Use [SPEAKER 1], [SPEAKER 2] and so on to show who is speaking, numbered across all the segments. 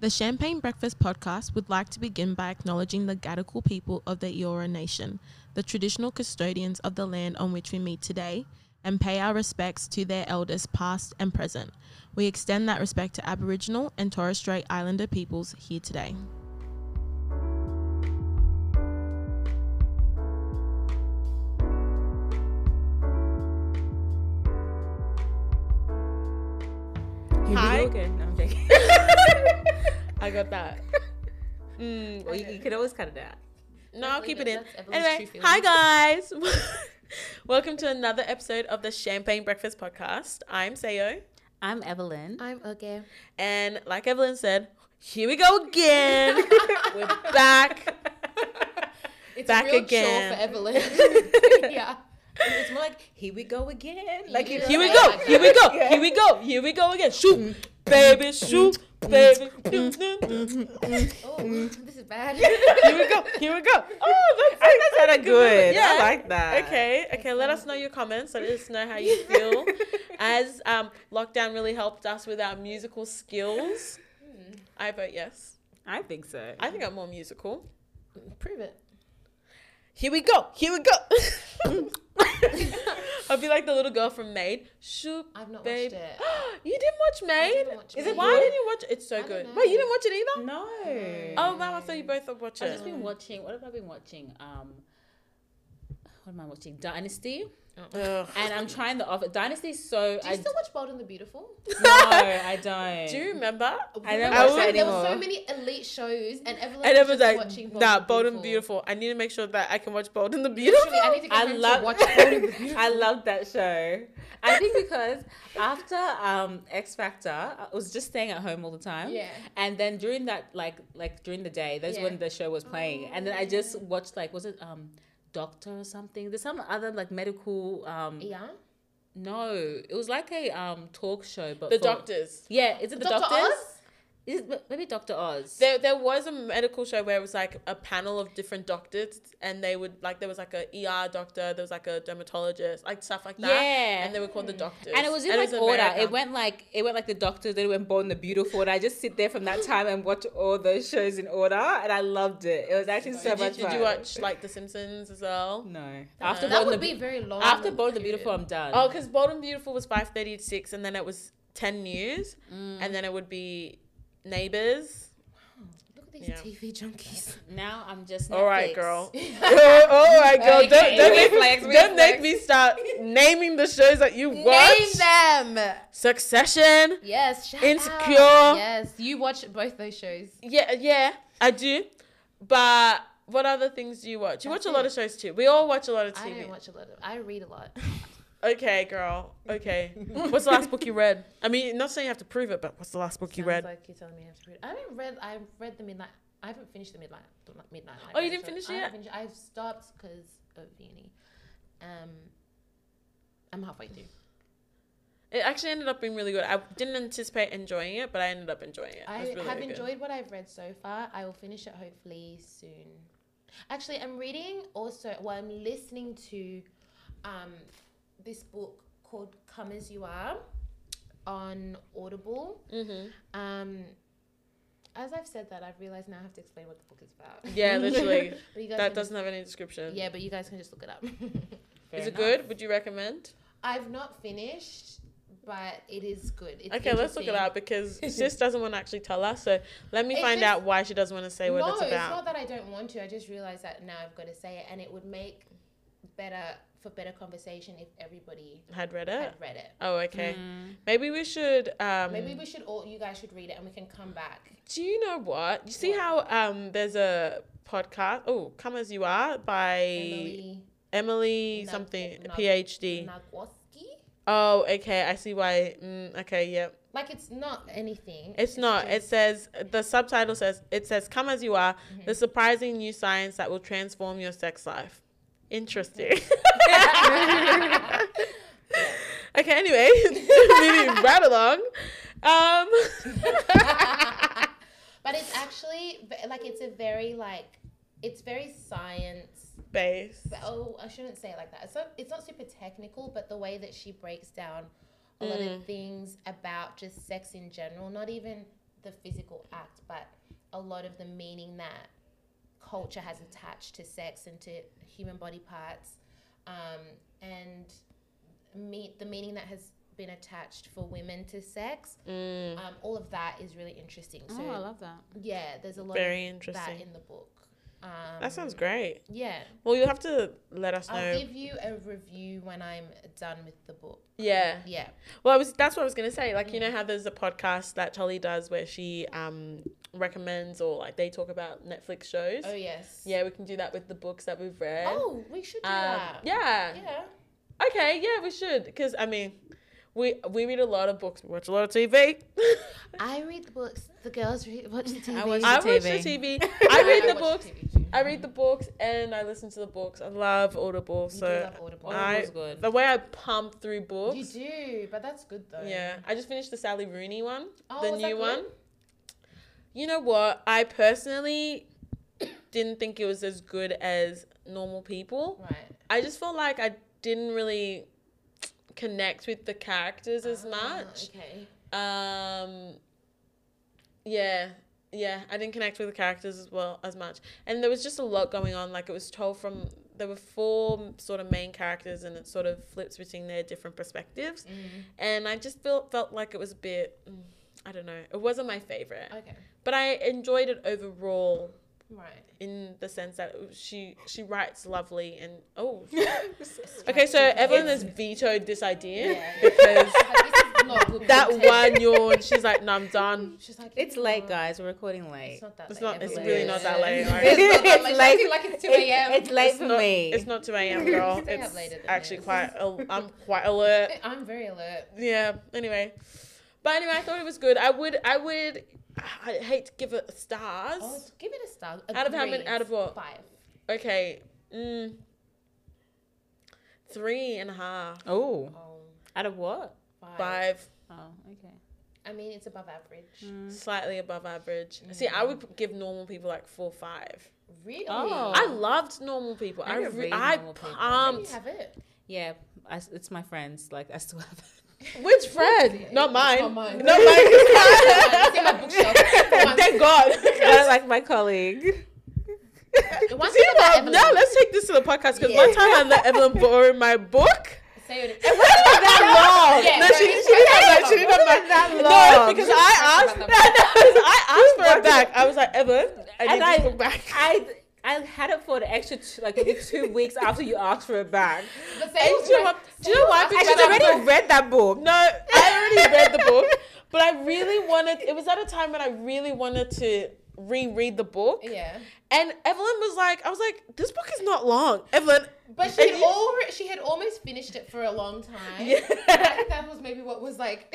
[SPEAKER 1] The Champagne Breakfast podcast would like to begin by acknowledging the Gadigal people of the Eora Nation, the traditional custodians of the land on which we meet today, and pay our respects to their elders past and present. We extend that respect to Aboriginal and Torres Strait Islander peoples here today.
[SPEAKER 2] You
[SPEAKER 1] Hi.
[SPEAKER 2] look good. No, I'm joking.
[SPEAKER 1] I got that.
[SPEAKER 2] Mm, well, you, you could always cut it out.
[SPEAKER 1] No, I'll keep it in.
[SPEAKER 3] That's everyone's
[SPEAKER 1] Anyway,
[SPEAKER 3] true
[SPEAKER 1] hi guys. Welcome to another episode of the Champagne Breakfast Podcast. I'm Sayo.
[SPEAKER 2] I'm Evelyn.
[SPEAKER 3] I'm okay.
[SPEAKER 1] And like Evelyn said, here we go again. We're back.
[SPEAKER 3] It's a
[SPEAKER 1] Back
[SPEAKER 3] real
[SPEAKER 1] again.
[SPEAKER 3] chore for Evelyn. yeah.
[SPEAKER 2] It's more like here we go again. Like
[SPEAKER 3] Yeah.
[SPEAKER 1] Here we go. Here we go. Here we go. Here we go again. Shoot, baby. Shoot, baby. Shoot.
[SPEAKER 3] Oh, this is bad.
[SPEAKER 1] Here we go. Here we go. Oh, that's, that's
[SPEAKER 2] kind of good.
[SPEAKER 1] Yeah.
[SPEAKER 2] I like that.
[SPEAKER 1] Okay, okay. Let us know your comments. Let us know how you feel. As um, lockdown really helped us with our musical skills.
[SPEAKER 4] Hmm.
[SPEAKER 1] I vote yes.
[SPEAKER 2] I think so.
[SPEAKER 1] I think I'm more musical.
[SPEAKER 3] Prove it.
[SPEAKER 1] Here we go. Here we go. I'll be like the little girl from Maid. Shoot,
[SPEAKER 3] I've not
[SPEAKER 1] babe.
[SPEAKER 3] watched it.
[SPEAKER 1] You didn't watch Maid?
[SPEAKER 3] didn't watch
[SPEAKER 1] Is
[SPEAKER 3] Maid.
[SPEAKER 1] it why didn't you watch it? It's so
[SPEAKER 3] I don't
[SPEAKER 1] good.
[SPEAKER 3] know.
[SPEAKER 1] Wait, you didn't watch it either?
[SPEAKER 2] no.
[SPEAKER 1] Oh wow, I thought you both would watch
[SPEAKER 2] I've
[SPEAKER 1] it.
[SPEAKER 2] just been watching. What have I been watching? Um, what am I watching? Dynasty.
[SPEAKER 1] Ugh.
[SPEAKER 2] And I'm trying the offer. Dynasty is so.
[SPEAKER 3] Do you
[SPEAKER 2] I,
[SPEAKER 3] still watch Bold and the Beautiful?
[SPEAKER 2] no, I don't.
[SPEAKER 1] Do you remember?
[SPEAKER 2] I don't
[SPEAKER 1] I
[SPEAKER 2] watch
[SPEAKER 1] would-
[SPEAKER 2] it
[SPEAKER 3] There were
[SPEAKER 2] anymore.
[SPEAKER 3] so many elite shows, and Evelyn
[SPEAKER 1] And
[SPEAKER 3] was
[SPEAKER 1] it was
[SPEAKER 3] just
[SPEAKER 1] like,
[SPEAKER 3] watching Bold
[SPEAKER 1] nah,
[SPEAKER 3] and the
[SPEAKER 1] Bold and Beautiful. I need to make sure that I can watch Bold and the Beautiful.
[SPEAKER 3] Literally, I need to get
[SPEAKER 2] I
[SPEAKER 3] home to
[SPEAKER 2] love-
[SPEAKER 3] watch Bold and the Beautiful.
[SPEAKER 2] I love that show. I think because after um, X Factor, I was just staying at home all the time.
[SPEAKER 3] Yeah.
[SPEAKER 2] And then during that, like, like during the day, that's
[SPEAKER 3] Yeah. Oh.
[SPEAKER 2] when the show was playing. and then I just watched like, was it um, Doctor or something? There's some other like medical. Um,
[SPEAKER 3] Yeah.
[SPEAKER 2] No, it was like a um talk show, but
[SPEAKER 1] The
[SPEAKER 2] for-
[SPEAKER 1] Doctors.
[SPEAKER 2] Yeah, is it the
[SPEAKER 3] Dr.
[SPEAKER 2] doctors?
[SPEAKER 3] Oz?
[SPEAKER 2] Is it, maybe Doctor Oz?
[SPEAKER 1] There, there was a medical show where it was like a panel of different doctors, and they would like there was like a ER doctor, there was like a dermatologist, like stuff like that.
[SPEAKER 2] Yeah.
[SPEAKER 1] and they were called the doctors.
[SPEAKER 2] and it was in like order. It went like it went like the doctors, then it went Born the Beautiful, and I just sit there from that time and watch all those shows in order, and I loved it. It was actually so
[SPEAKER 1] Did, you-
[SPEAKER 2] much
[SPEAKER 1] did
[SPEAKER 2] fun.
[SPEAKER 1] you watch like The Simpsons as well?
[SPEAKER 2] No. After Born
[SPEAKER 3] That
[SPEAKER 2] the
[SPEAKER 3] would be very long.
[SPEAKER 2] After Born the Beautiful, I'm done.
[SPEAKER 1] Oh, because Bold and Beautiful was five thirty to six, and then it was ten news,
[SPEAKER 3] Mm.
[SPEAKER 1] and then it would be Neighbors.
[SPEAKER 3] Look at these
[SPEAKER 1] Yeah.
[SPEAKER 3] TV junkies.
[SPEAKER 2] now I'm just.
[SPEAKER 1] All right,
[SPEAKER 2] Netflix.
[SPEAKER 1] girl. Oh, All right, girl. Don't,
[SPEAKER 2] Okay,
[SPEAKER 1] don't, make,
[SPEAKER 2] reflex,
[SPEAKER 1] don't make
[SPEAKER 2] reflex.
[SPEAKER 1] me start naming the shows that you watch.
[SPEAKER 3] Name them.
[SPEAKER 1] Succession.
[SPEAKER 3] Yes. shout
[SPEAKER 1] Insecure.
[SPEAKER 3] out. Yes, you watch both those shows.
[SPEAKER 1] Yeah, yeah, I do. But what other things do you watch? You
[SPEAKER 3] That's
[SPEAKER 1] watch a lot
[SPEAKER 3] it.
[SPEAKER 1] of shows too. We all watch a lot of
[SPEAKER 3] I
[SPEAKER 1] TV.
[SPEAKER 3] don't watch a lot of. I read a lot.
[SPEAKER 1] okay, girl. Okay. what's the last book you read? I mean, not saying you have to prove it, but what's the last book you
[SPEAKER 3] Sounds
[SPEAKER 1] read?
[SPEAKER 3] Like you're telling me I have to read. I haven't read. I read the midnight. I haven't finished the midnight. The Mi- midnight. Light
[SPEAKER 1] Oh, you
[SPEAKER 3] Brigade
[SPEAKER 1] didn't
[SPEAKER 3] show.
[SPEAKER 1] finish it
[SPEAKER 3] I
[SPEAKER 1] yet?
[SPEAKER 3] haven't finished- I've stopped because of uni. Um, I'm halfway through.
[SPEAKER 1] It actually ended up being really good. I didn't anticipate enjoying it, but I ended up enjoying it.
[SPEAKER 3] I
[SPEAKER 1] It was really
[SPEAKER 3] have
[SPEAKER 1] good.
[SPEAKER 3] enjoyed what I've read so far. I will finish it hopefully soon. Actually, I'm reading also. Well, I'm listening to um, this book called "Come as You Are" on Audible.
[SPEAKER 1] Mm-hmm.
[SPEAKER 3] Um, as I've said that, I've realized now I have to explain what the book is about.
[SPEAKER 1] Yeah, literally.
[SPEAKER 3] But you guys
[SPEAKER 1] that
[SPEAKER 3] can just-
[SPEAKER 1] doesn't have any description.
[SPEAKER 3] Yeah, but you guys can just look it up.
[SPEAKER 2] Fair
[SPEAKER 1] is it
[SPEAKER 2] enough.
[SPEAKER 1] good? Would you recommend?
[SPEAKER 3] I've not finished, but it is good. It's
[SPEAKER 1] okay, let's look it
[SPEAKER 3] interesting.
[SPEAKER 1] up because sis doesn't want to actually tell us. So let me
[SPEAKER 3] It's
[SPEAKER 1] find
[SPEAKER 3] just-
[SPEAKER 1] out why she doesn't want to say what
[SPEAKER 3] no,
[SPEAKER 1] it's
[SPEAKER 3] it's,
[SPEAKER 1] about.
[SPEAKER 3] not that I don't want to. I just realized that now I've got to say it, and it would make better for better conversation if everybody
[SPEAKER 1] Had read it.
[SPEAKER 3] had read it.
[SPEAKER 1] Oh, okay.
[SPEAKER 2] Mm.
[SPEAKER 1] Maybe we should. Um,
[SPEAKER 3] Hmm. Maybe we should all, you guys should read it, and we can come back.
[SPEAKER 1] Do you know what? You see how um there's a podcast. Oh, come as you are by Emily,
[SPEAKER 3] Emily Nag-
[SPEAKER 1] something
[SPEAKER 3] Nag-
[SPEAKER 1] PhD.
[SPEAKER 3] Nagwoski.
[SPEAKER 1] Oh, okay. I see why. Mm, okay, yep.
[SPEAKER 3] Like it's not anything.
[SPEAKER 1] It's not. It
[SPEAKER 3] just-
[SPEAKER 1] says the subtitle says it says "Come as you are:
[SPEAKER 3] Mm-hmm.
[SPEAKER 1] the surprising new science that will transform your sex life." Interesting. okay. Anyway, moving right along. Um,
[SPEAKER 3] but it's actually ve- like it's a very like it's very science
[SPEAKER 1] base.
[SPEAKER 3] But, oh, I shouldn't say it like that. It's not, it's not super technical, but the way that she breaks down a lot of things about just sex in general, not even the physical act, but a lot of the meaning that culture has attached to sex and to human body parts, um, and me- the meaning that has been attached for women to sex.
[SPEAKER 1] Mm.
[SPEAKER 3] Um, all of that is really interesting. So
[SPEAKER 2] oh, I love that.
[SPEAKER 3] yeah, there's a lot
[SPEAKER 1] Very
[SPEAKER 3] of that
[SPEAKER 1] interesting.
[SPEAKER 3] in the book. Um,
[SPEAKER 1] That sounds great.
[SPEAKER 3] Yeah,
[SPEAKER 1] Well, you'll have to let us know.
[SPEAKER 3] I'll give you a review when I'm done with the book.
[SPEAKER 1] yeah.
[SPEAKER 3] Yeah,
[SPEAKER 1] Well, I was that's what I was gonna say. Like, you know how there's a podcast that Charlie does where she um recommends or like they talk about Netflix shows.
[SPEAKER 3] Oh yes.
[SPEAKER 1] Yeah, we can do that with the books that we've read.
[SPEAKER 3] Oh, we should do
[SPEAKER 1] Um,
[SPEAKER 3] that.
[SPEAKER 1] yeah.
[SPEAKER 3] Yeah.
[SPEAKER 1] Okay. Yeah, we should because I mean, we we read a lot of books. We watch a lot of TV.
[SPEAKER 3] I read the books. The girls read, watch the TV.
[SPEAKER 2] I watch
[SPEAKER 1] I
[SPEAKER 2] the
[SPEAKER 1] watch the
[SPEAKER 2] TV.
[SPEAKER 1] TV. I
[SPEAKER 3] I
[SPEAKER 1] read
[SPEAKER 3] watch
[SPEAKER 1] the books.
[SPEAKER 3] TV too.
[SPEAKER 1] I read the books and I listen to the books. I love Audible.
[SPEAKER 3] You
[SPEAKER 1] So
[SPEAKER 3] do love Audible.
[SPEAKER 1] I-
[SPEAKER 2] Audible's good.
[SPEAKER 1] the way I pump through books.
[SPEAKER 3] You do, but that's good though.
[SPEAKER 1] Yeah, I just finished the Sally Rooney one,
[SPEAKER 3] Oh,
[SPEAKER 1] the
[SPEAKER 3] was that
[SPEAKER 1] new
[SPEAKER 3] good?
[SPEAKER 1] one. You know what? I personally didn't think it was as good as normal people.
[SPEAKER 3] Right.
[SPEAKER 1] I just felt like I didn't really connect with the characters as
[SPEAKER 3] Ah,
[SPEAKER 1] much.
[SPEAKER 3] Okay.
[SPEAKER 1] Um, yeah, yeah, I didn't connect with the characters as well as much, and there was just a lot going on. Like it was told from there were four sort of main characters, and it sort of flips between their different perspectives
[SPEAKER 3] Mm.
[SPEAKER 1] and I just felt felt like it was a bit. mm, I don't know. It wasn't my favorite,
[SPEAKER 3] Okay.
[SPEAKER 1] but I enjoyed it overall
[SPEAKER 3] Right.
[SPEAKER 1] in the sense that it was- she she writes lovely and oh.
[SPEAKER 3] Like,
[SPEAKER 1] Okay, so everyone has vetoed this
[SPEAKER 3] Yeah.
[SPEAKER 1] idea
[SPEAKER 3] yeah.
[SPEAKER 1] because
[SPEAKER 3] Like, this is not good
[SPEAKER 1] that
[SPEAKER 3] content.
[SPEAKER 1] one yawn. She's like, no, I'm done.
[SPEAKER 3] She's like,
[SPEAKER 2] It's
[SPEAKER 3] "Yeah,
[SPEAKER 2] late, guys. We're recording
[SPEAKER 3] It's
[SPEAKER 2] late.
[SPEAKER 3] not that
[SPEAKER 1] It's
[SPEAKER 3] late.
[SPEAKER 1] not- it's
[SPEAKER 3] everyone.
[SPEAKER 1] really not that late,
[SPEAKER 3] It's
[SPEAKER 1] alright.
[SPEAKER 3] not that
[SPEAKER 2] It's
[SPEAKER 3] late.
[SPEAKER 2] late.
[SPEAKER 3] It's like it's 2
[SPEAKER 2] It-
[SPEAKER 3] a.m.
[SPEAKER 2] It's late
[SPEAKER 1] It's
[SPEAKER 2] for
[SPEAKER 1] not,
[SPEAKER 2] me.
[SPEAKER 1] It's not 2 a.m, girl.
[SPEAKER 3] Stay up
[SPEAKER 1] It's
[SPEAKER 3] later than
[SPEAKER 1] actually
[SPEAKER 3] this.
[SPEAKER 1] quite. al- I'm quite alert.
[SPEAKER 3] I'm very alert.
[SPEAKER 1] Yeah. Anyway, but anyway, I thought it was good. I would. I would. I hate to give it stars.
[SPEAKER 3] Oh, give it a star. A
[SPEAKER 1] Out of how many-
[SPEAKER 3] three.
[SPEAKER 1] out of what?
[SPEAKER 3] Five.
[SPEAKER 1] Okay. Mm, three and a half.
[SPEAKER 2] Oh,
[SPEAKER 3] Oh,
[SPEAKER 2] out of what?
[SPEAKER 3] five.
[SPEAKER 1] Five.
[SPEAKER 2] Oh, okay.
[SPEAKER 3] I mean, it's above average.
[SPEAKER 2] Mm.
[SPEAKER 1] Slightly above average.
[SPEAKER 3] Mm.
[SPEAKER 1] See, I would give normal people like four, five.
[SPEAKER 3] Really?
[SPEAKER 2] Oh.
[SPEAKER 1] I loved normal people.
[SPEAKER 2] I
[SPEAKER 1] I,
[SPEAKER 2] didn't
[SPEAKER 1] re-
[SPEAKER 2] read
[SPEAKER 1] I
[SPEAKER 2] Normal People.
[SPEAKER 3] There you
[SPEAKER 1] pumped.
[SPEAKER 3] have it.
[SPEAKER 2] Yeah, I, it's my friends. Like I still have.
[SPEAKER 1] Which friend? Not mine.
[SPEAKER 3] Not mine.
[SPEAKER 1] Not mine.
[SPEAKER 3] It's in my bookshelf. Come on.
[SPEAKER 1] Thank God.
[SPEAKER 2] I like my colleague.
[SPEAKER 3] The one
[SPEAKER 1] See
[SPEAKER 3] thing about
[SPEAKER 1] what?
[SPEAKER 3] Evelyn-
[SPEAKER 1] Now let's take this to the podcast because
[SPEAKER 3] Yeah.
[SPEAKER 1] one time I let Evelyn borrow my book.
[SPEAKER 3] Say it.
[SPEAKER 1] that long.
[SPEAKER 3] Yeah,
[SPEAKER 1] no,
[SPEAKER 3] bro,
[SPEAKER 1] she, she
[SPEAKER 3] it's
[SPEAKER 1] didn't
[SPEAKER 3] like
[SPEAKER 1] have
[SPEAKER 3] that
[SPEAKER 1] that. She didn't have that. No, because I asked. No, no, I asked for it back. I was like, Evan, I
[SPEAKER 2] And
[SPEAKER 1] need
[SPEAKER 2] I-
[SPEAKER 1] this book back.
[SPEAKER 2] I I had it for the extra two, like maybe two weeks after you asked for it back.
[SPEAKER 3] The
[SPEAKER 1] And
[SPEAKER 3] same
[SPEAKER 1] do you know what? Do you know why?
[SPEAKER 2] I
[SPEAKER 1] Because
[SPEAKER 2] should
[SPEAKER 1] I'm
[SPEAKER 2] already
[SPEAKER 1] like-
[SPEAKER 2] read that book.
[SPEAKER 1] No, I already read the book, but I really wanted. It was at a time when I really wanted to reread the book,
[SPEAKER 3] Yeah.
[SPEAKER 1] and Evelyn was like, "I was like, this book is not long, Evelyn."
[SPEAKER 3] But she
[SPEAKER 1] And
[SPEAKER 3] had,
[SPEAKER 1] you-
[SPEAKER 3] all she had almost finished it for a long time.
[SPEAKER 1] Yeah.
[SPEAKER 3] I think that was maybe what was like.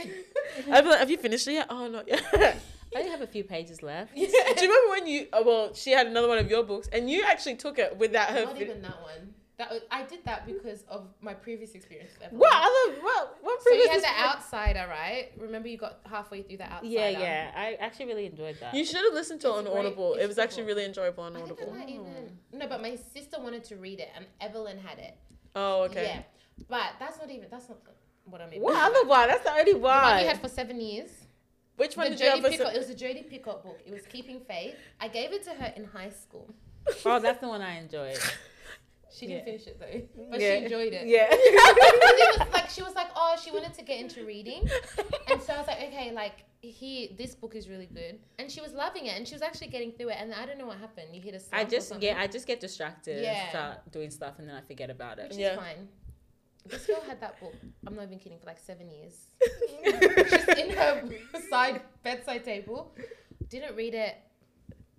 [SPEAKER 1] Evelyn, have you finished it yet? Oh, not yet.
[SPEAKER 2] I only have a few pages left.
[SPEAKER 3] Yeah.
[SPEAKER 1] Do you remember when you? Oh, well, she had another one of your books, and you actually took it without her.
[SPEAKER 3] Not
[SPEAKER 1] fin-
[SPEAKER 3] even that one. That was, I did that because of my previous experience with Evelyn.
[SPEAKER 1] What other? What? What?
[SPEAKER 3] So you
[SPEAKER 1] previous-
[SPEAKER 3] had the outsider, right? Remember you got halfway through the outsider.
[SPEAKER 2] Yeah, yeah. I actually really enjoyed that.
[SPEAKER 1] You should have listened to it
[SPEAKER 3] It's
[SPEAKER 1] on
[SPEAKER 3] great.
[SPEAKER 1] Audible.
[SPEAKER 3] It's
[SPEAKER 1] It was actually
[SPEAKER 3] doable.
[SPEAKER 1] really enjoyable on
[SPEAKER 3] I think I
[SPEAKER 1] Audible.
[SPEAKER 3] might even no, but my sister wanted to read it, and Evelyn had it.
[SPEAKER 1] Oh, okay.
[SPEAKER 3] Yeah, but that's not even that's not what I mean.
[SPEAKER 1] What other one? That's the only
[SPEAKER 3] The one you
[SPEAKER 1] one.
[SPEAKER 3] had for seven years.
[SPEAKER 1] Which
[SPEAKER 3] the
[SPEAKER 1] one did you have?
[SPEAKER 3] Jodie
[SPEAKER 1] for
[SPEAKER 3] Picoult.
[SPEAKER 1] se-
[SPEAKER 3] It was a Jodie Picoult book. It was Keeping Faith. I gave it to her in high school.
[SPEAKER 2] Oh, that's the one I enjoyed.
[SPEAKER 3] She didn't
[SPEAKER 2] Yeah.
[SPEAKER 3] finish it though, but
[SPEAKER 2] Yeah.
[SPEAKER 3] she enjoyed it.
[SPEAKER 2] Yeah.
[SPEAKER 3] Because it was like she was like, oh, she wanted to get into reading, and so I was like, okay, like he, this book is really good, and she was loving it, and she was actually getting through it, and I don't know what happened. You hit a slump
[SPEAKER 2] I
[SPEAKER 3] or
[SPEAKER 2] just
[SPEAKER 3] something.
[SPEAKER 2] get I just get distracted
[SPEAKER 3] Yeah.
[SPEAKER 2] and start doing stuff and then I forget about
[SPEAKER 3] Which
[SPEAKER 2] it.
[SPEAKER 3] is
[SPEAKER 1] Yeah.
[SPEAKER 3] fine. This girl had that book. I'm not even kidding. For like seven years, just in her side bedside table. Didn't read it.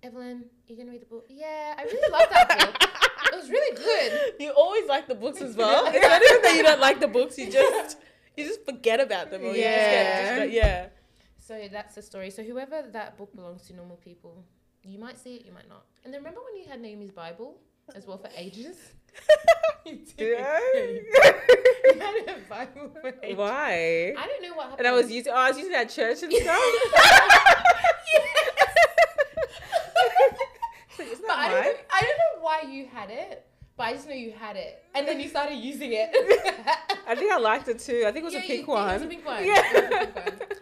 [SPEAKER 3] Evelyn, you gonna read the book? Yeah, I really loved that book. It was really good.
[SPEAKER 1] You always like the books as well. It's not even that you don't like the books. You just you just forget about them,
[SPEAKER 2] Yeah.
[SPEAKER 1] or you just get distra- yeah.
[SPEAKER 3] So that's the story. So whoever that book belongs to, normal people, you might see it, you might not. And then remember when you had Naomi's Bible as well for ages? you did. You had a Bible for ages.
[SPEAKER 2] Why?
[SPEAKER 3] I don't know what happened.
[SPEAKER 2] And I was using oh, I was using that church and stuff.
[SPEAKER 3] But I don't, know, I don't know why you had it, but I just know you had it. And then you started using it.
[SPEAKER 2] I think I liked it too. I think it was
[SPEAKER 3] Yeah,
[SPEAKER 2] a
[SPEAKER 3] you
[SPEAKER 2] pink
[SPEAKER 3] did. It was
[SPEAKER 2] one.
[SPEAKER 3] a pink one.
[SPEAKER 2] Yeah.
[SPEAKER 3] It was a pink one.